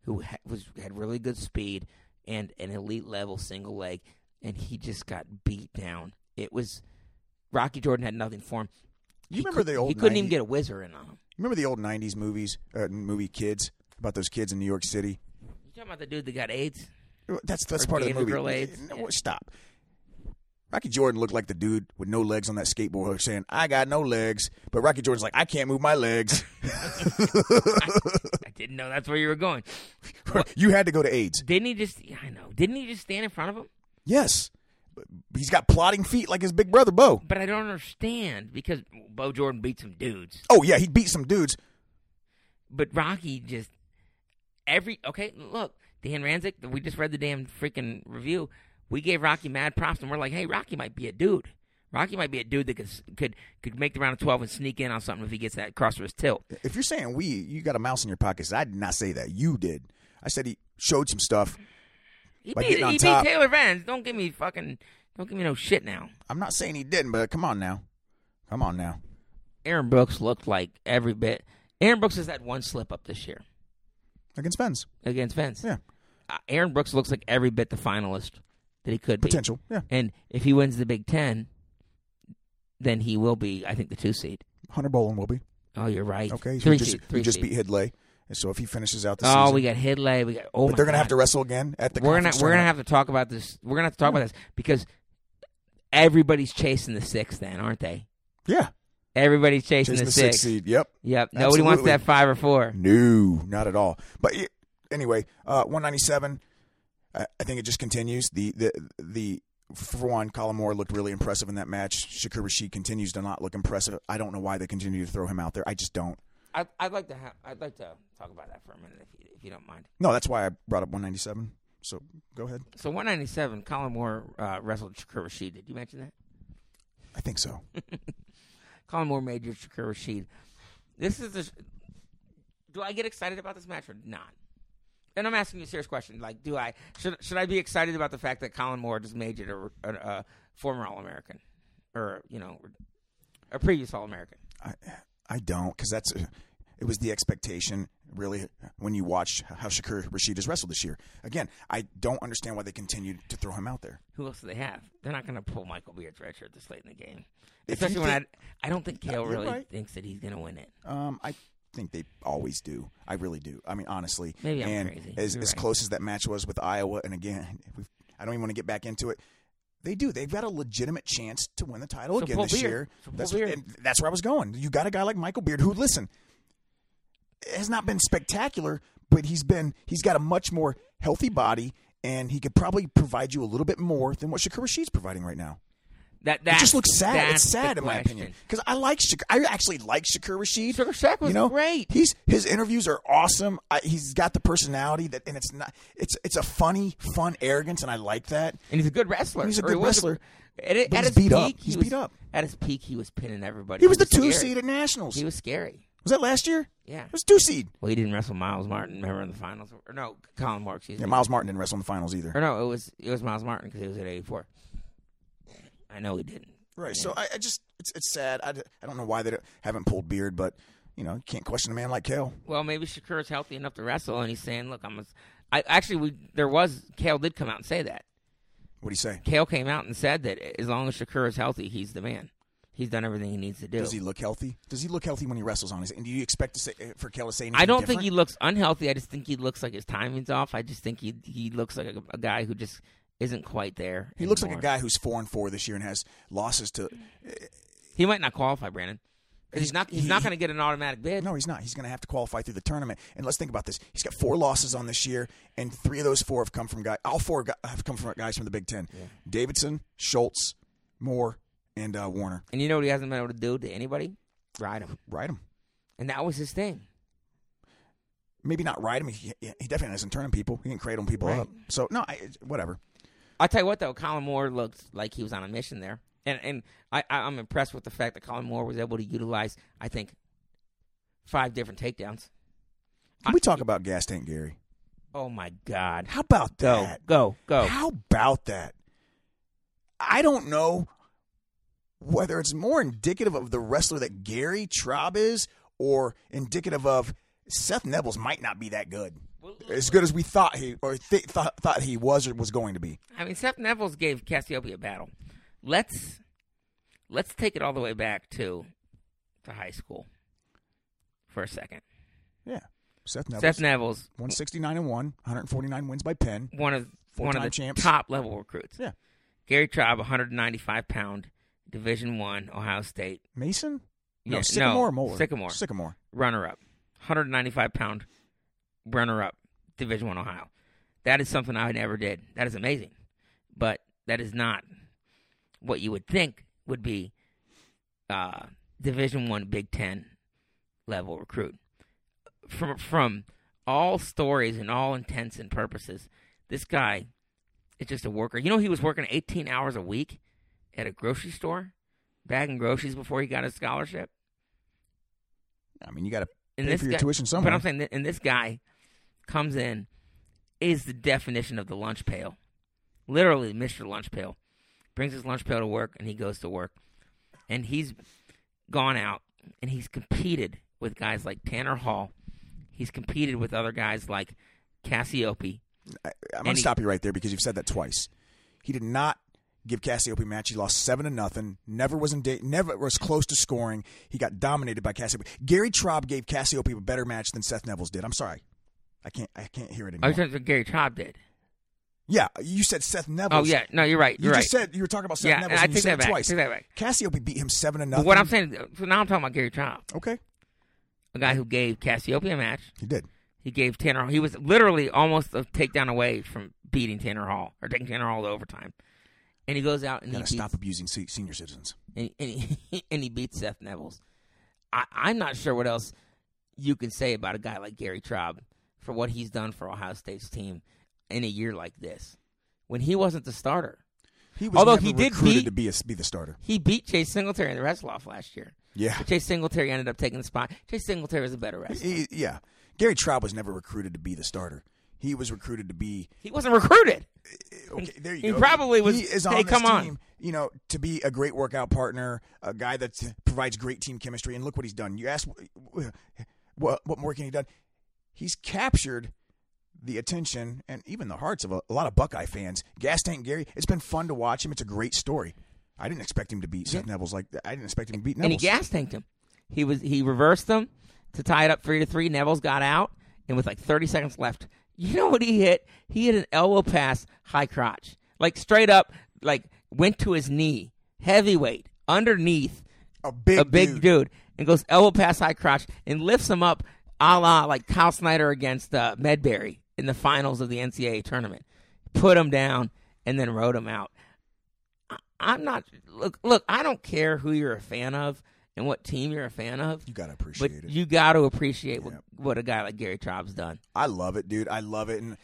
who ha- was had really good speed and an elite level single leg, and he just got beat down. It was Rocky Jordan had nothing for him.
You
He
remember
could-
the old
He couldn't even
90
get a whizzer in on him.
Remember the old '90s movies, uh, movie Kids about those kids in New York City.
You talking about the dude that got AIDS? [laughs]
That's that's
Or
part of the
Gator
movie.
Grenades.
No, Stop. Rocky Jordan looked like the dude with no legs on that skateboard saying, I got no legs. But Rocky Jordan's like, I can't move my legs. [laughs]
I didn't know that's where you were going.
you had to go to AIDS.
Didn't he just? I know. Didn't he just stand in front of him?
Yes. But he's got plodding feet like his big brother, Bo.
But I don't understand because Bo Jordan beat some dudes,
Oh, yeah, he beat some dudes.
but Rocky just every okay. Look, Dan Ranzik, we just read the damn freaking review. We gave Rocky mad props, and we're like, hey, Rocky might be a dude. Rocky might be a dude that could could could make the round of twelve and sneak in on something if he gets that cross for his tilt.
If you're saying we, you got a mouse in your pockets. I did not say that. You did. I said he showed some stuff.
He
By
beat,
getting on
he
top.
beat Taylor Vance. Don't give me fucking don't give me no shit now.
I'm not saying he didn't, but come on now. Come on now.
Aaron Brooks looked like every bit. Aaron Brooks has had one slip up this year
Against Benz.
against Vance.
Yeah.
uh, Aaron Brooks looks like every bit the finalist that he could be.
Potential. Yeah.
And if he wins the Big Ten, then he will be, I think, the two seed.
Hunter Bolin will be.
Oh, you're right.
Okay, so
three
you just,
seed.
you
Three
just
seed.
beat Hidley, and so if he finishes out the
oh,
season,
we got Hidley. We got. Oh,
but
my
they're gonna
God.
have to wrestle again at the.
We're gonna
conference
we're gonna
tournament.
have to talk about this. We're gonna have to talk about this because everybody's chasing the six, then, aren't they? Everybody's
yeah,
chasing,
chasing
the
the
six.
sixth seed. Yep,
Yep. Nobody wants
Absolutely.
that five or four.
no, not at all. But y- anyway, uh, one ninety seven. I, I think it just continues. The the the for one, Colin Moore looked really impressive in that match. Shakur Rashid continues to not look impressive. I don't know why they continue to throw him out there. I just don't.
I'd, I'd like to have. I'd like to talk about that for a minute, if you, if you don't mind.
No, that's why I brought up one ninety seven. So go ahead.
So 197, Colin Moore uh, wrestled Shakur Rashid. Did you mention that?
I think so.
Colin Moore Major, Shakur Rashid. This is the. Do I get excited about this match or not? And I'm asking you a serious question. Like, do I should should I be excited about the fact that Colin Moore just majored a, a, a uh, former All American, or you know, a previous All American?
I I don't because that's it was the expectation really when you watch how Shakur Rashid has wrestled this year. Again, I don't understand why they continued to throw him out there.
Who else do they have? They're not going to pull Michael Beard's red shirt this late in the game,
If you
especially when
think-
I I don't think Kale
you're
really
right.
thinks that he's going to win it.
Um, I think they always do. I really do. I mean, honestly.
Maybe I'm
and
crazy.
As
You're
as
right.
close as that match was with Iowa, and again, [laughs] we've, I don't even want to get back into it. They do. They've got a legitimate chance to win the title
So
again
pull
this
Beard.
year.
So pull
that's
Beard.
and that's where I was going. You got a guy like Michael Beard who, listen, has not been spectacular, but he's been he's got a much more healthy body, and he could probably provide you a little bit more than what Shakur Rashid's providing right now.
That
It
that
just looks sad. It's sad in my opinion
opinion.
because I like Shak- I actually like Shakur Rashid.
Shakur Shaq was
you know,
great.
He's his interviews are awesome. I, he's got the personality that, and it's not it's it's a funny, fun arrogance, and I like that.
and he's a good wrestler.
He's a
Or
good
he was
wrestler,
At, it-
but
at
he's
his
beat
peak,
up.
he
He's
was-
beat up.
At his peak, he was pinning everybody.
He was the two
scary.
seed at nationals.
He was scary.
was that last year?
Yeah.
it was two seed.
Well, he didn't wrestle Miles Martin. Remember in the finals, or no, Colin Moore. Excuse
Yeah,
me.
Miles Martin didn't wrestle in the finals either.
Or no, it was it was Miles Martin because he was at eighty four. I know he didn't.
Right. So I, I just it's it's sad. I, d- I don't know why they don't- haven't pulled beard, but you know you can't question a man like Kale.
Well, maybe Shakur's healthy enough to wrestle, and he's saying, "Look, I'm." A, I actually we there was Kale did come out and say that.
What do you say?
Kale came out and said that as long as Shakur is healthy, he's the man. He's done everything he needs to do.
Does he look healthy? Does he look healthy when he wrestles on his? And do you expect to say eh, for Kale to say anything?
I don't
different?
think he looks unhealthy. I just think he looks like his timing's off. I just think he he looks like a, a guy who just isn't quite there.
He looks like a
anymore.
guy who's four and four this year and has losses to.
He might not qualify, Brandon. 'Cause He's,
He's-
not. He's
he- he-
not going to get an automatic bid.
No, he's not. He's going to have to qualify through the tournament. And let's think about this. He's got four losses on this year, and three of those four have come from guy. All four gu- have come from guys from the Big Ten: Davidson, Schultz, Moore, and uh, Warner.
And you know what he hasn't been able to do to anybody? Ride him.
Ride him.
And that was his thing.
Maybe not ride him. He, he definitely doesn't turn on people. He can cradle people
Right.
up. So no, I, whatever.
I'll tell you what though, Colin Moore looked like he was on a mission there. and and I, I I'm impressed with the fact that Colin Moore was able to utilize I think five different takedowns.
Can we talk about Gas Tank Gary?
Oh my God!
How about
Go
that?
go go!
How about that? I don't know whether it's more indicative of the wrestler that Gary Traub is or indicative of Seth Neville's might not be that good. As good as we thought he or th- thought thought he was or was going to be.
I mean, Seth Neville's gave Cassiopeia a battle. Let's let's take it all the way back to to high school for a second.
Yeah. Seth Neville's
Seth Neville's
169 and 1, 149 wins by Penn.
one of one of
Four-time
the
champs.
top level recruits.
Yeah.
Gary Traub, 195 pound, Division One, Ohio State
Mason?
Yeah, no,
Sycamore or Moeller?
Sycamore.
Sycamore.
runner up, 195 pound runner up, Division One, Ohio. That is something I never did. That is amazing, but that is not what you would think would be uh, Division One Big Ten level recruit. From from all stories and all intents and purposes, this guy is just a worker. You know, he was working 18 hours a week at a grocery store, bagging groceries before he got his scholarship.
I mean, you got to
And
pay
this
for your
guy-
tuition
But
somewhere.
I'm saying, that, and this guy comes in, is the definition of the lunch pail. Literally, Mr. Lunch Pail. Brings his lunch pail to work, and he goes to work. And he's gone out, and he's competed with guys like Tanner Hall. He's competed with other guys like Cassiope.
I, I'm
And
going
he-
to stop you right there because you've said that twice. He did not give Cassiope a match. He lost seven to nothing. Never was in da- never was close to scoring. He got dominated by Cassiope. Gary Traub gave Cassiope a better match than Seth Neville's did. I'm sorry, I can't I can't hear it
I
anymore.
was talking about Oh, Gary Traub did.
yeah, you said Seth Neville's.
Oh, yeah. No, you're right.
You
You're right.
just said you were talking about Seth
Yeah,
Neville's.
I
and you
take
said
that
it
back,
Twice.
take that back.
Cassiope beat him seven to
But
nothing.
what I'm saying, so now I'm talking about Gary Traub,
Okay,
a guy who gave Cassiope a match.
he did.
He gave Tanner. He was literally almost a takedown away from beating Tanner Hall or taking Tanner Hall to overtime. And he goes out and he
Gotta
beats,
stop abusing se- senior citizens.
and, and, he, [laughs] and he beats Seth Neville's. I, I'm not sure what else you can say about a guy like Gary Traub for what he's done for Ohio State's team in a year like this, when he wasn't the starter.
He was
Although
never
he did
recruited
beat-
to be a, be the starter.
He beat Chase Singletary in the wrestle off last year.
Yeah,
But Chase Singletary ended up taking the spot. Chase Singletary was a better wrestler.
He- yeah. Gary Traub was never recruited to be the starter. He was recruited to be
He wasn't recruited.
okay. There you
He
go.
probably was,
He is
"Hey,
on this
come on."
team, you know, to be a great workout partner, a guy that provides great team chemistry. And look what he's done. You ask, what what more can he done? He's captured the attention and even the hearts of a, a lot of Buckeye fans. Gas Tank Gary. It's been fun to watch him. It's a great story. I didn't expect him to beat Seth Neville's like that. I didn't expect him to beat Neville's.
and he gas tanked him. He was he reversed them to tie it up three to three. Neville's got out, and with like thirty seconds left, you know what he hit? He hit an elbow pass, high crotch, like straight up, like went to his knee, heavyweight underneath
a big,
a big dude.
dude.
and goes elbow pass, high crotch, and lifts him up, a la like Kyle Snyder against uh, Medberry in the finals of the NCAA tournament. Put him down and then rode him out. I- I'm not look look. I don't care who you're a fan of and what team you're a fan of,
You gotta
but
appreciate it.
you got to appreciate what,
Yeah.
what a guy like Gary Traub's done.
I love it, dude. I love it, and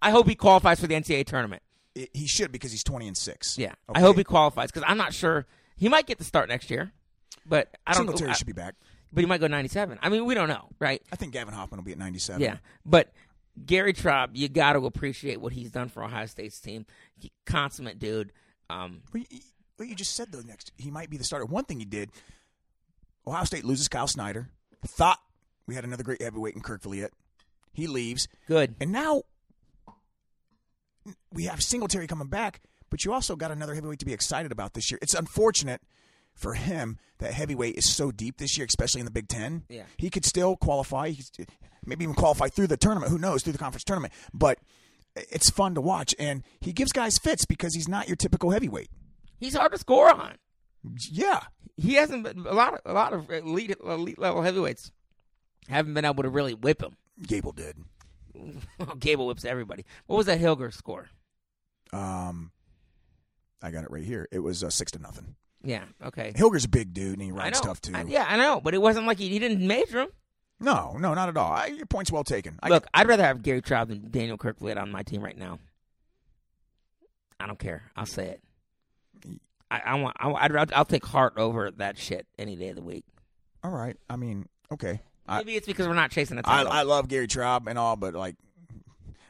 I hope he qualifies for the NCAA tournament.
it, he should because he's twenty and six.
Yeah, I
Okay.
hope he qualifies because I'm not sure he might get the start next year, but I don't.
Singletary
I-
should be back.
but he might go 97. I mean, we don't know, right?
I think Gavin Hoffman will be at 97.
Yeah, but Gary Traub, you got to appreciate what he's done for Ohio State's team. He, consummate dude. Um,
Well, you, well, you just said though. Next, he might be the starter. One thing he did. Ohio State loses Kyle Snyder. Thought we had another great heavyweight in Kirk Fillette. He leaves,
good.
and now we have Singletary coming back. But you also got another heavyweight to be excited about this year. It's unfortunate for him that heavyweight is so deep this year, especially in the Big Ten.
Yeah.
he could still qualify. He's, maybe even qualify through the tournament. Who knows? Through the conference tournament, but. It's fun to watch, and he gives guys fits because he's not your typical heavyweight.
He's hard to score on.
Yeah,
He hasn't been a lot. Of, a lot of elite, elite level heavyweights haven't been able to really whip him. [laughs]
Gable did.
Gable whips everybody. What was that Hilger score?
Um, I got it right here. It was uh, six to nothing.
Yeah. Okay.
Hilger's a big dude, and he
I
runs
know.
tough too.
I- yeah, I know, but it wasn't like he, he didn't major him.
No, no, not at all. I, your point's well taken. I,
Look, I'd rather have Gary Traub than Daniel Kirkland on my team right now. I don't care. I'll say it. I, I want. I, I'd, rather- I'll take heart over that shit any day of the week.
All right. I mean, okay. I,
Maybe it's because we're not chasing a
I,
title.
I love Gary Traub and all, but like,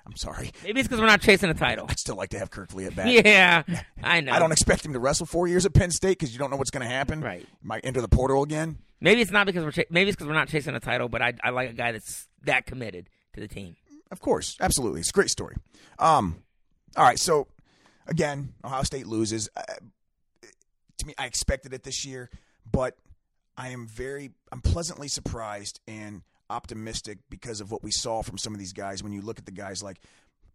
I'm sorry. [laughs]
Maybe it's because we're not chasing a title.
I'd still like to have Kirk Lee at bat.
[laughs] Yeah, I know.
I don't expect him to wrestle four years at Penn State because you don't know what's going to happen.
Right.
Might enter the portal again.
Maybe it's not because we're. Cha- maybe it's because we're not chasing a title. But I, I like a guy that's that committed to the team.
Of course, absolutely. It's a great story. Um, all right. So again, Ohio State loses. Uh, to me, I expected it this year, but I am very, I'm pleasantly surprised and optimistic because of what we saw from some of these guys. When you look at the guys like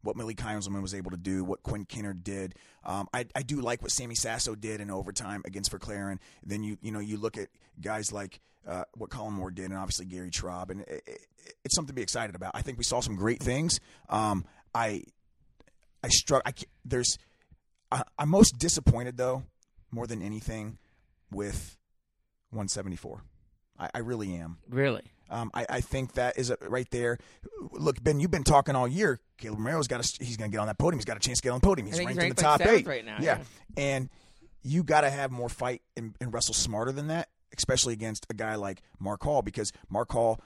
what Millie Kinesman was able to do, what Quinn Kinner did, um, I, I do like what Sammy Sasso did in overtime against Verclaren. Then you, you know, you look at guys like uh, what Colin Moore did, and obviously Gary Traub, and it, it, it's something to be excited about. I think we saw some great things. Um, I I struck. I ca- there's. I, I'm most disappointed though, more than anything, with 174. I, I really am.
Really?
Um, I, I think that is a, right there. Look, Ben, you've been talking all year. Caleb Romero's got a, he's going to get on that podium. He's got a chance to get on the podium. He's
think
ranked,
he's
in the
ranked
top
like seventh
eight
right now, yeah.
and you got to have more fight and, and wrestle smarter than that, especially against a guy like Mark Hall because Mark Hall,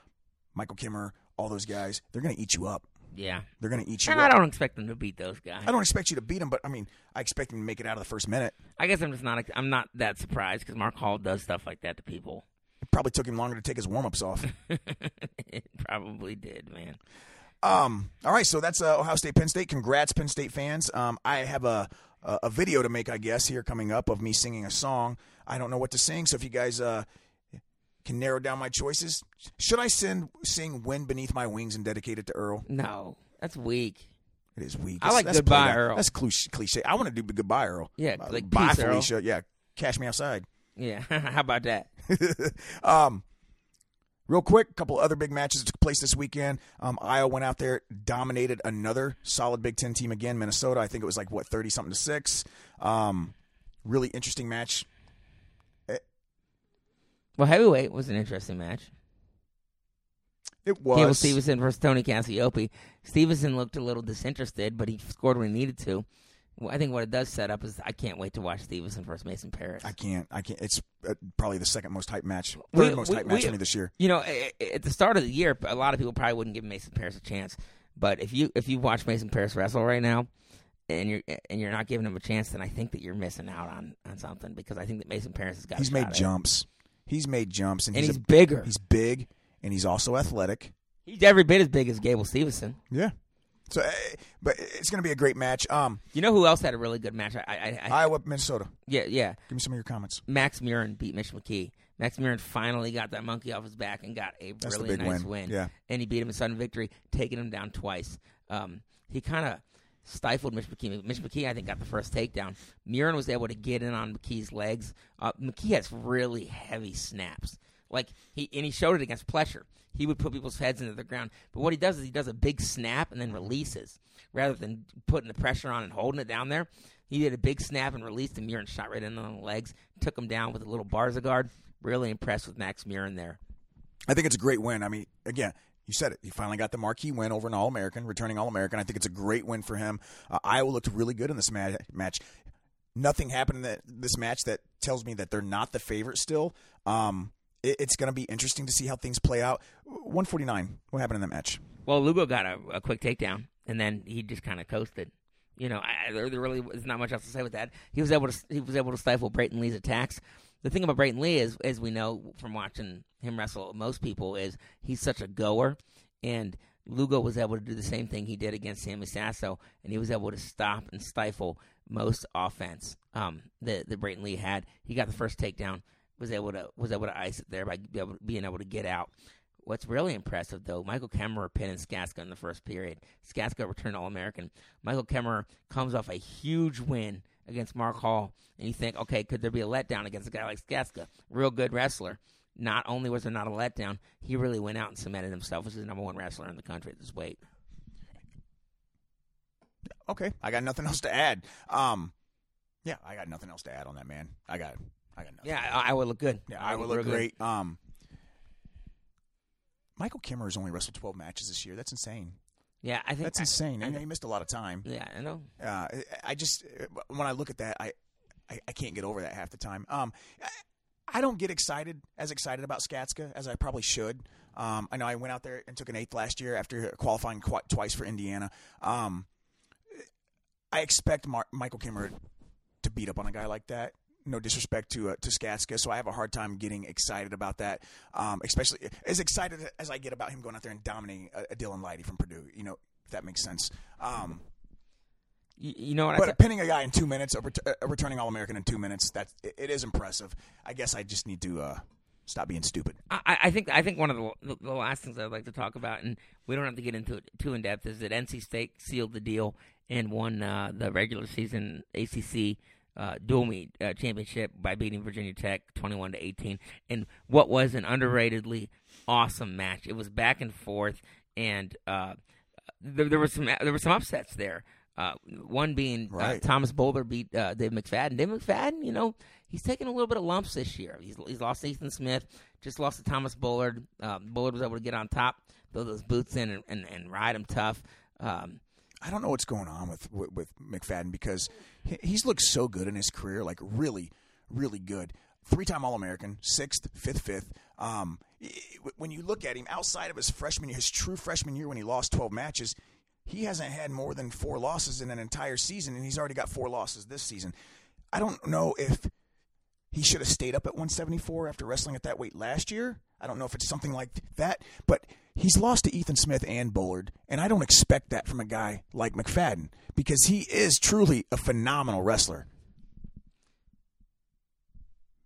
Michael Kimmer, all those guys, they're going to eat you up.
Yeah.
They're going to eat you
And
up.
I don't expect them to beat those guys.
I don't expect you to beat him, but I mean, I expect him to make it out of the first minute.
I guess I'm just not. I'm not that surprised because Mark Hall does stuff like that to people. [laughs]
It probably took him longer to take his warm ups off.
it probably did, man.
Um, all right, so that's uh, Ohio State, Penn State. Congrats, Penn State fans. Um, I have a, a a video to make, I guess, here coming up of me singing a song. I don't know what to sing, so if you guys uh, can narrow down my choices, should I send sing "Wind Beneath My Wings" and dedicate it to Earl?
No, that's weak.
It is weak.
I like
That's- that's
Goodbye,
played out.
Earl.
That's cliche. cliche. I want to do "Goodbye, Earl."
Yeah,
Uh,
like,
bye,
peace, Earl.
Felicia. Yeah, cash me outside.
Yeah. [laughs] How about that?
um, real quick, a couple other big matches that took place this weekend. Um, Iowa went out there, dominated another solid Big Ten team again, Minnesota. I think it was like what thirty something to six. Um, really interesting match.
Well, heavyweight was an interesting match.
It
Cable
was.
Stevenson versus Tony Cassiope. Stevenson looked a little disinterested, but he scored when he needed to. Well, I think what it does set up is I can't wait to watch Stevenson versus Mason Paris.
I can't. I can't. It's uh, probably the second most hype match,
We-
third most
we-
hype match
we-
for me this year.
You know, a- a- at the start of the year, a lot of people probably wouldn't give Mason Paris a chance. But if you if you watch Mason Paris wrestle right now, and you're and you're not giving him a chance, then I think that you're missing out on, on something because I think that Mason Paris has got. a
He's
shot
made
at it.
jumps. He's made jumps, and,
and
he's,
he's
a-
bigger.
he's big, and he's also athletic.
He's every bit as big as Gable Stevenson.
Yeah. So, uh, but it's going to be a great match. Um,
You know who else had a really good match? I, I, I
Iowa, Minnesota.
yeah, yeah.
Give me some of your comments.
Max Murin beat Mitch McKee. Max Murin finally got that monkey off his back and got a
That's the
really
big
nice
win.
win.
Yeah.
And he beat him in sudden victory, taking him down twice. Um, he kind of stifled Mitch McKee. Mitch McKee, I think, got the first takedown. Murin was able to get in on McKee's legs. Uh, McKee has really heavy snaps. Like he and he showed it against Pletcher. He would put people's heads into the ground. But what he does is he does a big snap and then releases rather than putting the pressure on and holding it down there. He did a big snap and released, and Murin shot right in on the legs, took him down with a little Barza guard. Really impressed with Max Murin there.
I think it's a great win. I mean, again, you said it. He finally got the marquee win over an All American, returning All American. I think it's a great win for him. Uh, Iowa looked really good in this ma- match. Nothing happened in that, this match that tells me that they're not the favorite still. Um, it, it's going to be interesting to see how things play out. 149. What happened in that match?
Well, Lugo got a, a quick takedown, and then he just kind of coasted. You know, I, I- there there really is not much else to say with that. He was able to he was able to stifle Brayton Lee's attacks. The thing about Brayton Lee is, as we know from watching him wrestle, most people is he's such a goer, and Lugo was able to do the same thing he did against Sammy Sasso, and he was able to stop and stifle most offense um, that that Brayton Lee had. He got the first takedown, was able to was able to ice it there by be able- being able to get out. What's really impressive, though, Michael Kemmerer pinned Skaska in the first period. Skaska returned All American. Michael Kemmerer comes off a huge win against Mark Hall, and you think, okay, could there be a letdown against a guy like Skaska? Real good wrestler. Not only was there not a letdown, he really went out and cemented himself as the number one wrestler in the country at this weight.
Okay, I got nothing [laughs] else to add. Um, yeah, I got nothing else to add on that man. I got, I got nothing.
Yeah, I, I would look good.
Yeah, Iowa
would
looked
real good.
great. Um, Michael Kimmer has only wrestled 12 matches this year. That's insane.
Yeah, I think
That's
I-
insane.
I
I know
think-
he missed a lot of time.
yeah, I know.
Uh, I- I just when I look at that, I I, I can't get over that half the time. Um, I, I don't get excited as excited about Skatska as I probably should. Um, I know I went out there and took an eighth last year after qualifying qu- twice for Indiana. Um, I expect Mar- Michael Kimmerer to beat up on a guy like that. No disrespect to uh, to Skatska, so I have a hard time getting excited about that. Um, especially as excited as I get about him going out there and dominating a, a Dylan Lighty from Purdue. You know, if that makes sense. Um,
You, you know what I
but
said?
pinning a guy in two minutes, a, ret- a returning All American in two minutes, that's it, it is impressive. I guess I just need to uh, stop being stupid.
I, I think I think one of the, the last things I'd like to talk about, and we don't have to get into it too in depth, is that NC State sealed the deal and won uh, the regular season ACC uh, dual meet uh, championship by beating Virginia Tech twenty-one to eighteen, in what was an underratedly awesome match. It was back and forth, and uh, there, there was some there were some upsets there. Uh, one being uh,
Right.
Thomas Bowler beat uh, Dave McFadden. Dave McFadden, you know, he's taking a little bit of lumps this year. He's, he's lost Ethan Smith, just lost to Thomas Bullard. Uh, Bullard was able to get on top, throw those boots in, and, and, and ride him tough. Um,
I don't know what's going on with with, with McFadden because he, he's looked so good in his career, like really, really good. Three time All American, sixth, fifth, fifth. Um, i- i- when you look at him outside of his freshman year, his true freshman year when he lost 12 matches, he hasn't had more than four losses in an entire season, and he's already got four losses this season. I don't know if he should have stayed up at 174 after wrestling at that weight last year. I don't know if it's something like that, but he's lost to Ethan Smith and Bullard, and I don't expect that from a guy like McFadden because he is truly a phenomenal wrestler.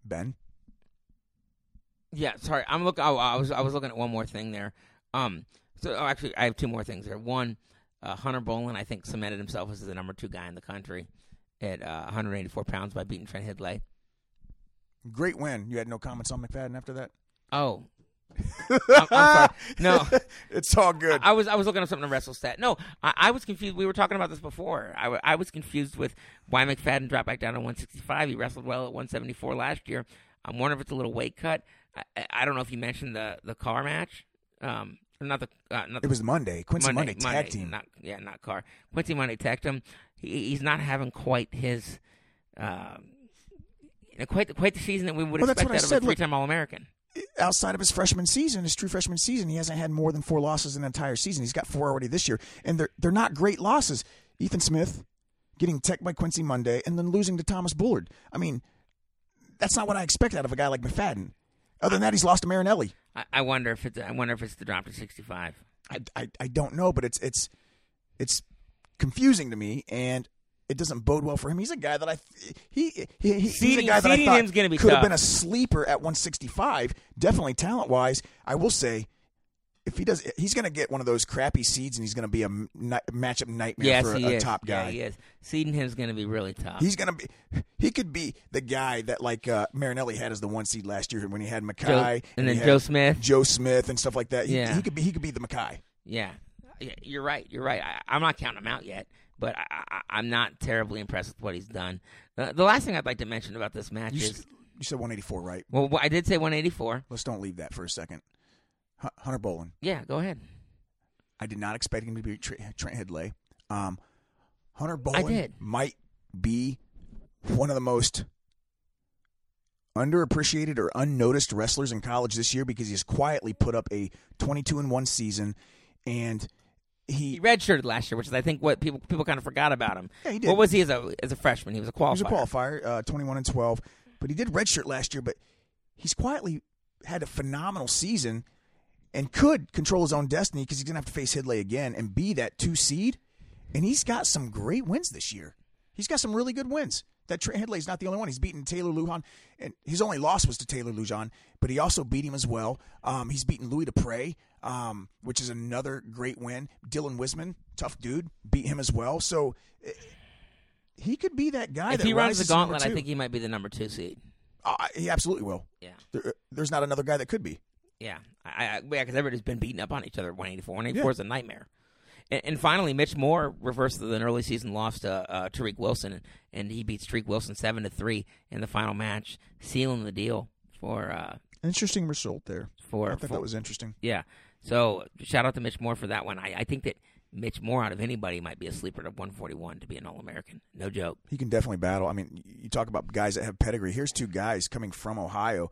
Ben,
yeah, sorry, I'm look. Oh, I was I was looking at one more thing there. Um, so oh, actually, I have two more things there. One, uh, Hunter Bolin, I think, cemented himself as the number two guy in the country at uh, 184 pounds by beating Trent Hidley.
great win. You had no comments on McFadden after that.
Oh. [laughs] I'm, I'm sorry. No,
[laughs] It's all good.
I was I was looking up something to WrestleStat. No, I, I was confused. We were talking about this before. I, wa- I was confused with why McFadden dropped back down to 165. He wrestled well at 174 last year. I'm wondering if it's a little weight cut. I, I- I don't know if you mentioned the the car match. Um, not the uh, not
it
the
was Monday. Quincy Monday, tag team.
Not, yeah, not Carr. Quincy Monday tagged him. He, he's not having quite his, um, you know, quite the, quite the season that we would
Well, that's
expect
what I
out of
said.
a
Look-
three-time All-American.
outside of his freshman season, his true freshman season, he hasn't had more than four losses in an entire season. He's got four already this year, and they're they're not great losses. Ethan Smith getting tech by Quincy Monday, and then losing to Thomas Bullard. I mean, that's not what I expect out of a guy like McFadden. Other than that, he's lost to Marinelli.
I, I wonder if it's I wonder if it's the drop to 65.
I, I, I don't know, but it's it's it's confusing to me, and it doesn't bode well for him. He's a guy that I he, he, he he's a
Seeding-
guy that I
seeding
thought
him's gonna be
could have
tough.
been a sleeper at 165. Definitely talent wise, I will say. If he does, he's going to get one of those crappy seeds, and he's going to be a m- ni- matchup nightmare
yes,
for a,
he
a
is.
top guy.
Yeah, he is. Seeding him's going to be really tough.
He's gonna be. He could be the guy that like uh, Marinelli had as the one seed last year when he had Mackay
Joe, and,
he
then
had
Joe Smith.
Joe Smith, and stuff like that. He,
Yeah.
he could be. He could be the Mackay.
Yeah, Yeah, you're right. You're right. I, I'm not counting him out yet, but I, I, I'm not terribly impressed with what he's done. Uh, the last thing I'd like to mention about this match
You,
is
s- you said 184, right?
well, I did say 184.
Let's don't leave that for a second. Hu- Hunter Bolin.
Yeah, go ahead.
I did not expect him to be Trent, Trent Hidley. Um, Hunter Bolin
did.
might be one of the most underappreciated or unnoticed wrestlers in college this year because he's quietly put up a 22 and 1 season and he,
He redshirted last year, which is I think what people people kind of forgot about him.
Yeah, he did.
What was he as a as a freshman? He was a qualifier.
he was a qualifier, uh, 21 and 12, but he did redshirt last year. But he's quietly had a phenomenal season and could control his own destiny because he's going to have to face Hidley again and be that two seed. And he's got some great wins this year. He's got some really good wins. That Trent Hidley's not the only one. He's beaten Taylor Lujan, and his only loss was to Taylor Lujan, but he also beat him as well. Um, he's beaten Louis Dupre, um, which is another great win. Dylan Wisman, tough dude, beat him as well. So eh, he could be that guy.
If
that
he runs the
rises to number
gauntlet, I
two.
think he might be the number two seed.
Oh, I- he absolutely will.
Yeah.
There, eh, there's not another guy that could be.
Yeah, I, I, yeah, because everybody's been beating up on each other. One eighty four, one eighty four is a nightmare. And, and finally, Mitch Moore reversed an early season loss to uh, Tariq Wilson, and he beats Tariq Wilson seven to three in the final match, sealing the deal for uh,
Interesting result there.
for,
I thought
for
that was interesting.
yeah. So shout out to Mitch Moore for that one. I, I think that Mitch Moore out of anybody might be a sleeper at 141 to be an All American. No joke.
He can definitely battle. I mean, you talk about guys that have pedigree. Here's two guys coming from Ohio.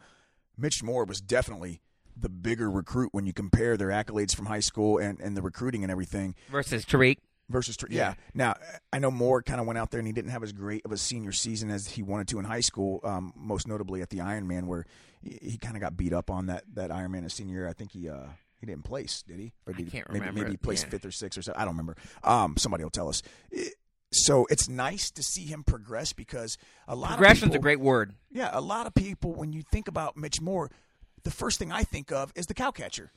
Mitch Moore was definitely the bigger recruit when you compare their accolades from high school and, and the recruiting and everything
Versus Tariq.
versus Tr- yeah. Now I know Moore kind of went out there and he didn't have as great of a senior season as he wanted to in high school. Um, most notably at the Ironman where he, he kind of got beat up on that that Ironman his senior year. I think he uh, he didn't place, did he? Or did he-
can't
maybe,
remember.
Maybe he placed
Yeah.
fifth or sixth or so. I don't remember. Um, somebody will tell us. It- so it's nice to see him progress because a lot of
Progression's
people,
a great word.
yeah, a lot of people when you think about Mitch Moore, the first thing I think of is the cow catcher.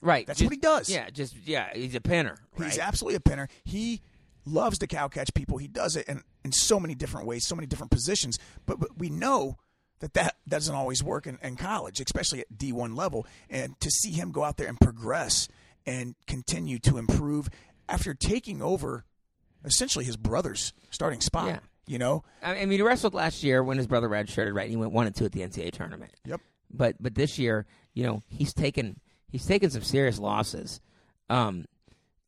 Right.
That's
just-
what he does.
Yeah, just, yeah, he's a pinner.
He's
right?
absolutely a pinner. He loves to cow catch people. He does it in, in so many different ways, so many different positions. But, but we know that that doesn't always work in, in college, especially at D1 level. And to see him go out there and progress and continue to improve after taking over essentially his brother's starting spot,
Yeah.
you know?
I I mean, he wrestled last year when his brother redshirted, right? And he went one and two at the NCAA tournament.
Yep.
But but this year, you know, he's taken he's taken some serious losses. Um,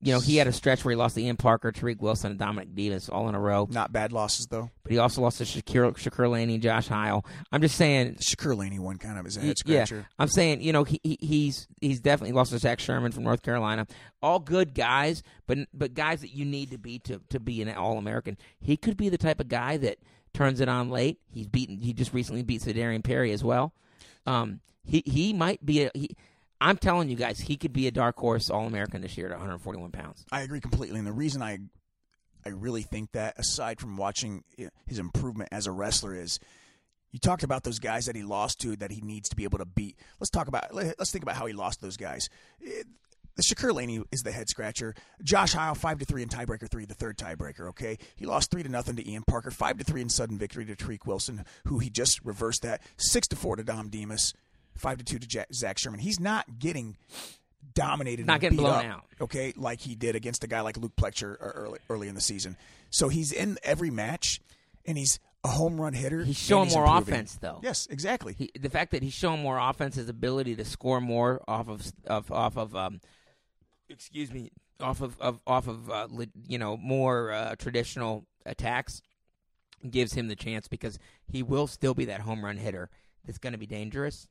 you know, he had a stretch where he lost to Ian Parker, Tariq Wilson, and Dominic Davis all in a row.
Not bad losses, though.
But he also lost to Shakur, Shakur Laney, Josh Heil. I'm just saying,
Shakur Laney one kind of is a
y-
head
yeah,
scratcher.
I'm saying, you know, he, he he's he's definitely lost to Zach Sherman from North Carolina. All good guys, but but guys that you need to be to to be an All American. He could be the type of guy that turns it on late. He's beaten. He just recently beat Sedarian Perry as well. Um, he he might be a. He, I'm telling you guys, he could be a dark horse All American this year at 141 pounds.
I agree completely, and the reason I, I really think that, aside from watching eh, his improvement as a wrestler, is you talked about those guys that he lost to that he needs to be able to beat. Let's talk about let- let's think about how he lost those guys. Eh, The Shakur Laney is the head scratcher. Josh Heil five to three in tiebreaker three, the third tiebreaker. Okay, he lost three to nothing to Ian Parker, five to three in sudden victory to Tariq Wilson, who he just reversed that six to four to Dom Demas, five to two to Ja- Zach Sherman. He's not getting dominated,
Not
and
getting
beat
blown
up,
out.
Okay, like he did against a guy like Luke Pletcher e- early early in the season. So he's in every match, and he's a home run hitter.
He's
and
showing more
improving.
offense, though.
Yes, exactly.
He, the fact that he's showing more offense, his ability to score more off of off, off of um, excuse me, off of, of off of uh, li- you know more uh, traditional attacks, gives him the chance because he will still be that home run hitter that's going to be dangerous.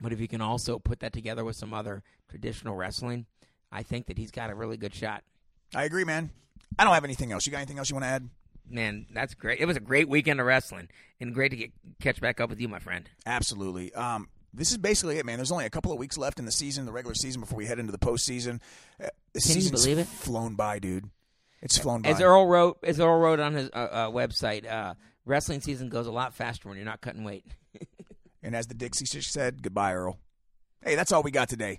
But if you can also put that together with some other traditional wrestling, I think that he's got a really good shot.
I agree, man. I don't have anything else. You got anything else you want to add?
Man, that's great. It was a great weekend of wrestling, and great to get catch back up with you, my friend.
Absolutely. Um, this is basically it, man. There's only a couple of weeks left in the season, the regular season, before we head into the postseason. Uh, the
Can you
season's
believe it? Uh,
flown by, dude. It's flown by.
As Earl wrote, as Earl wrote on his uh, uh, website, uh, wrestling season goes a lot faster when you're not cutting weight.
And as the Dixie Chicks said, goodbye, Earl. Hey, that's all we got today.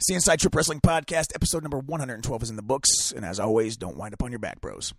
See Inside Trip Wrestling Podcast, episode number 112 is in the books. And as always, don't wind up on your back, bros.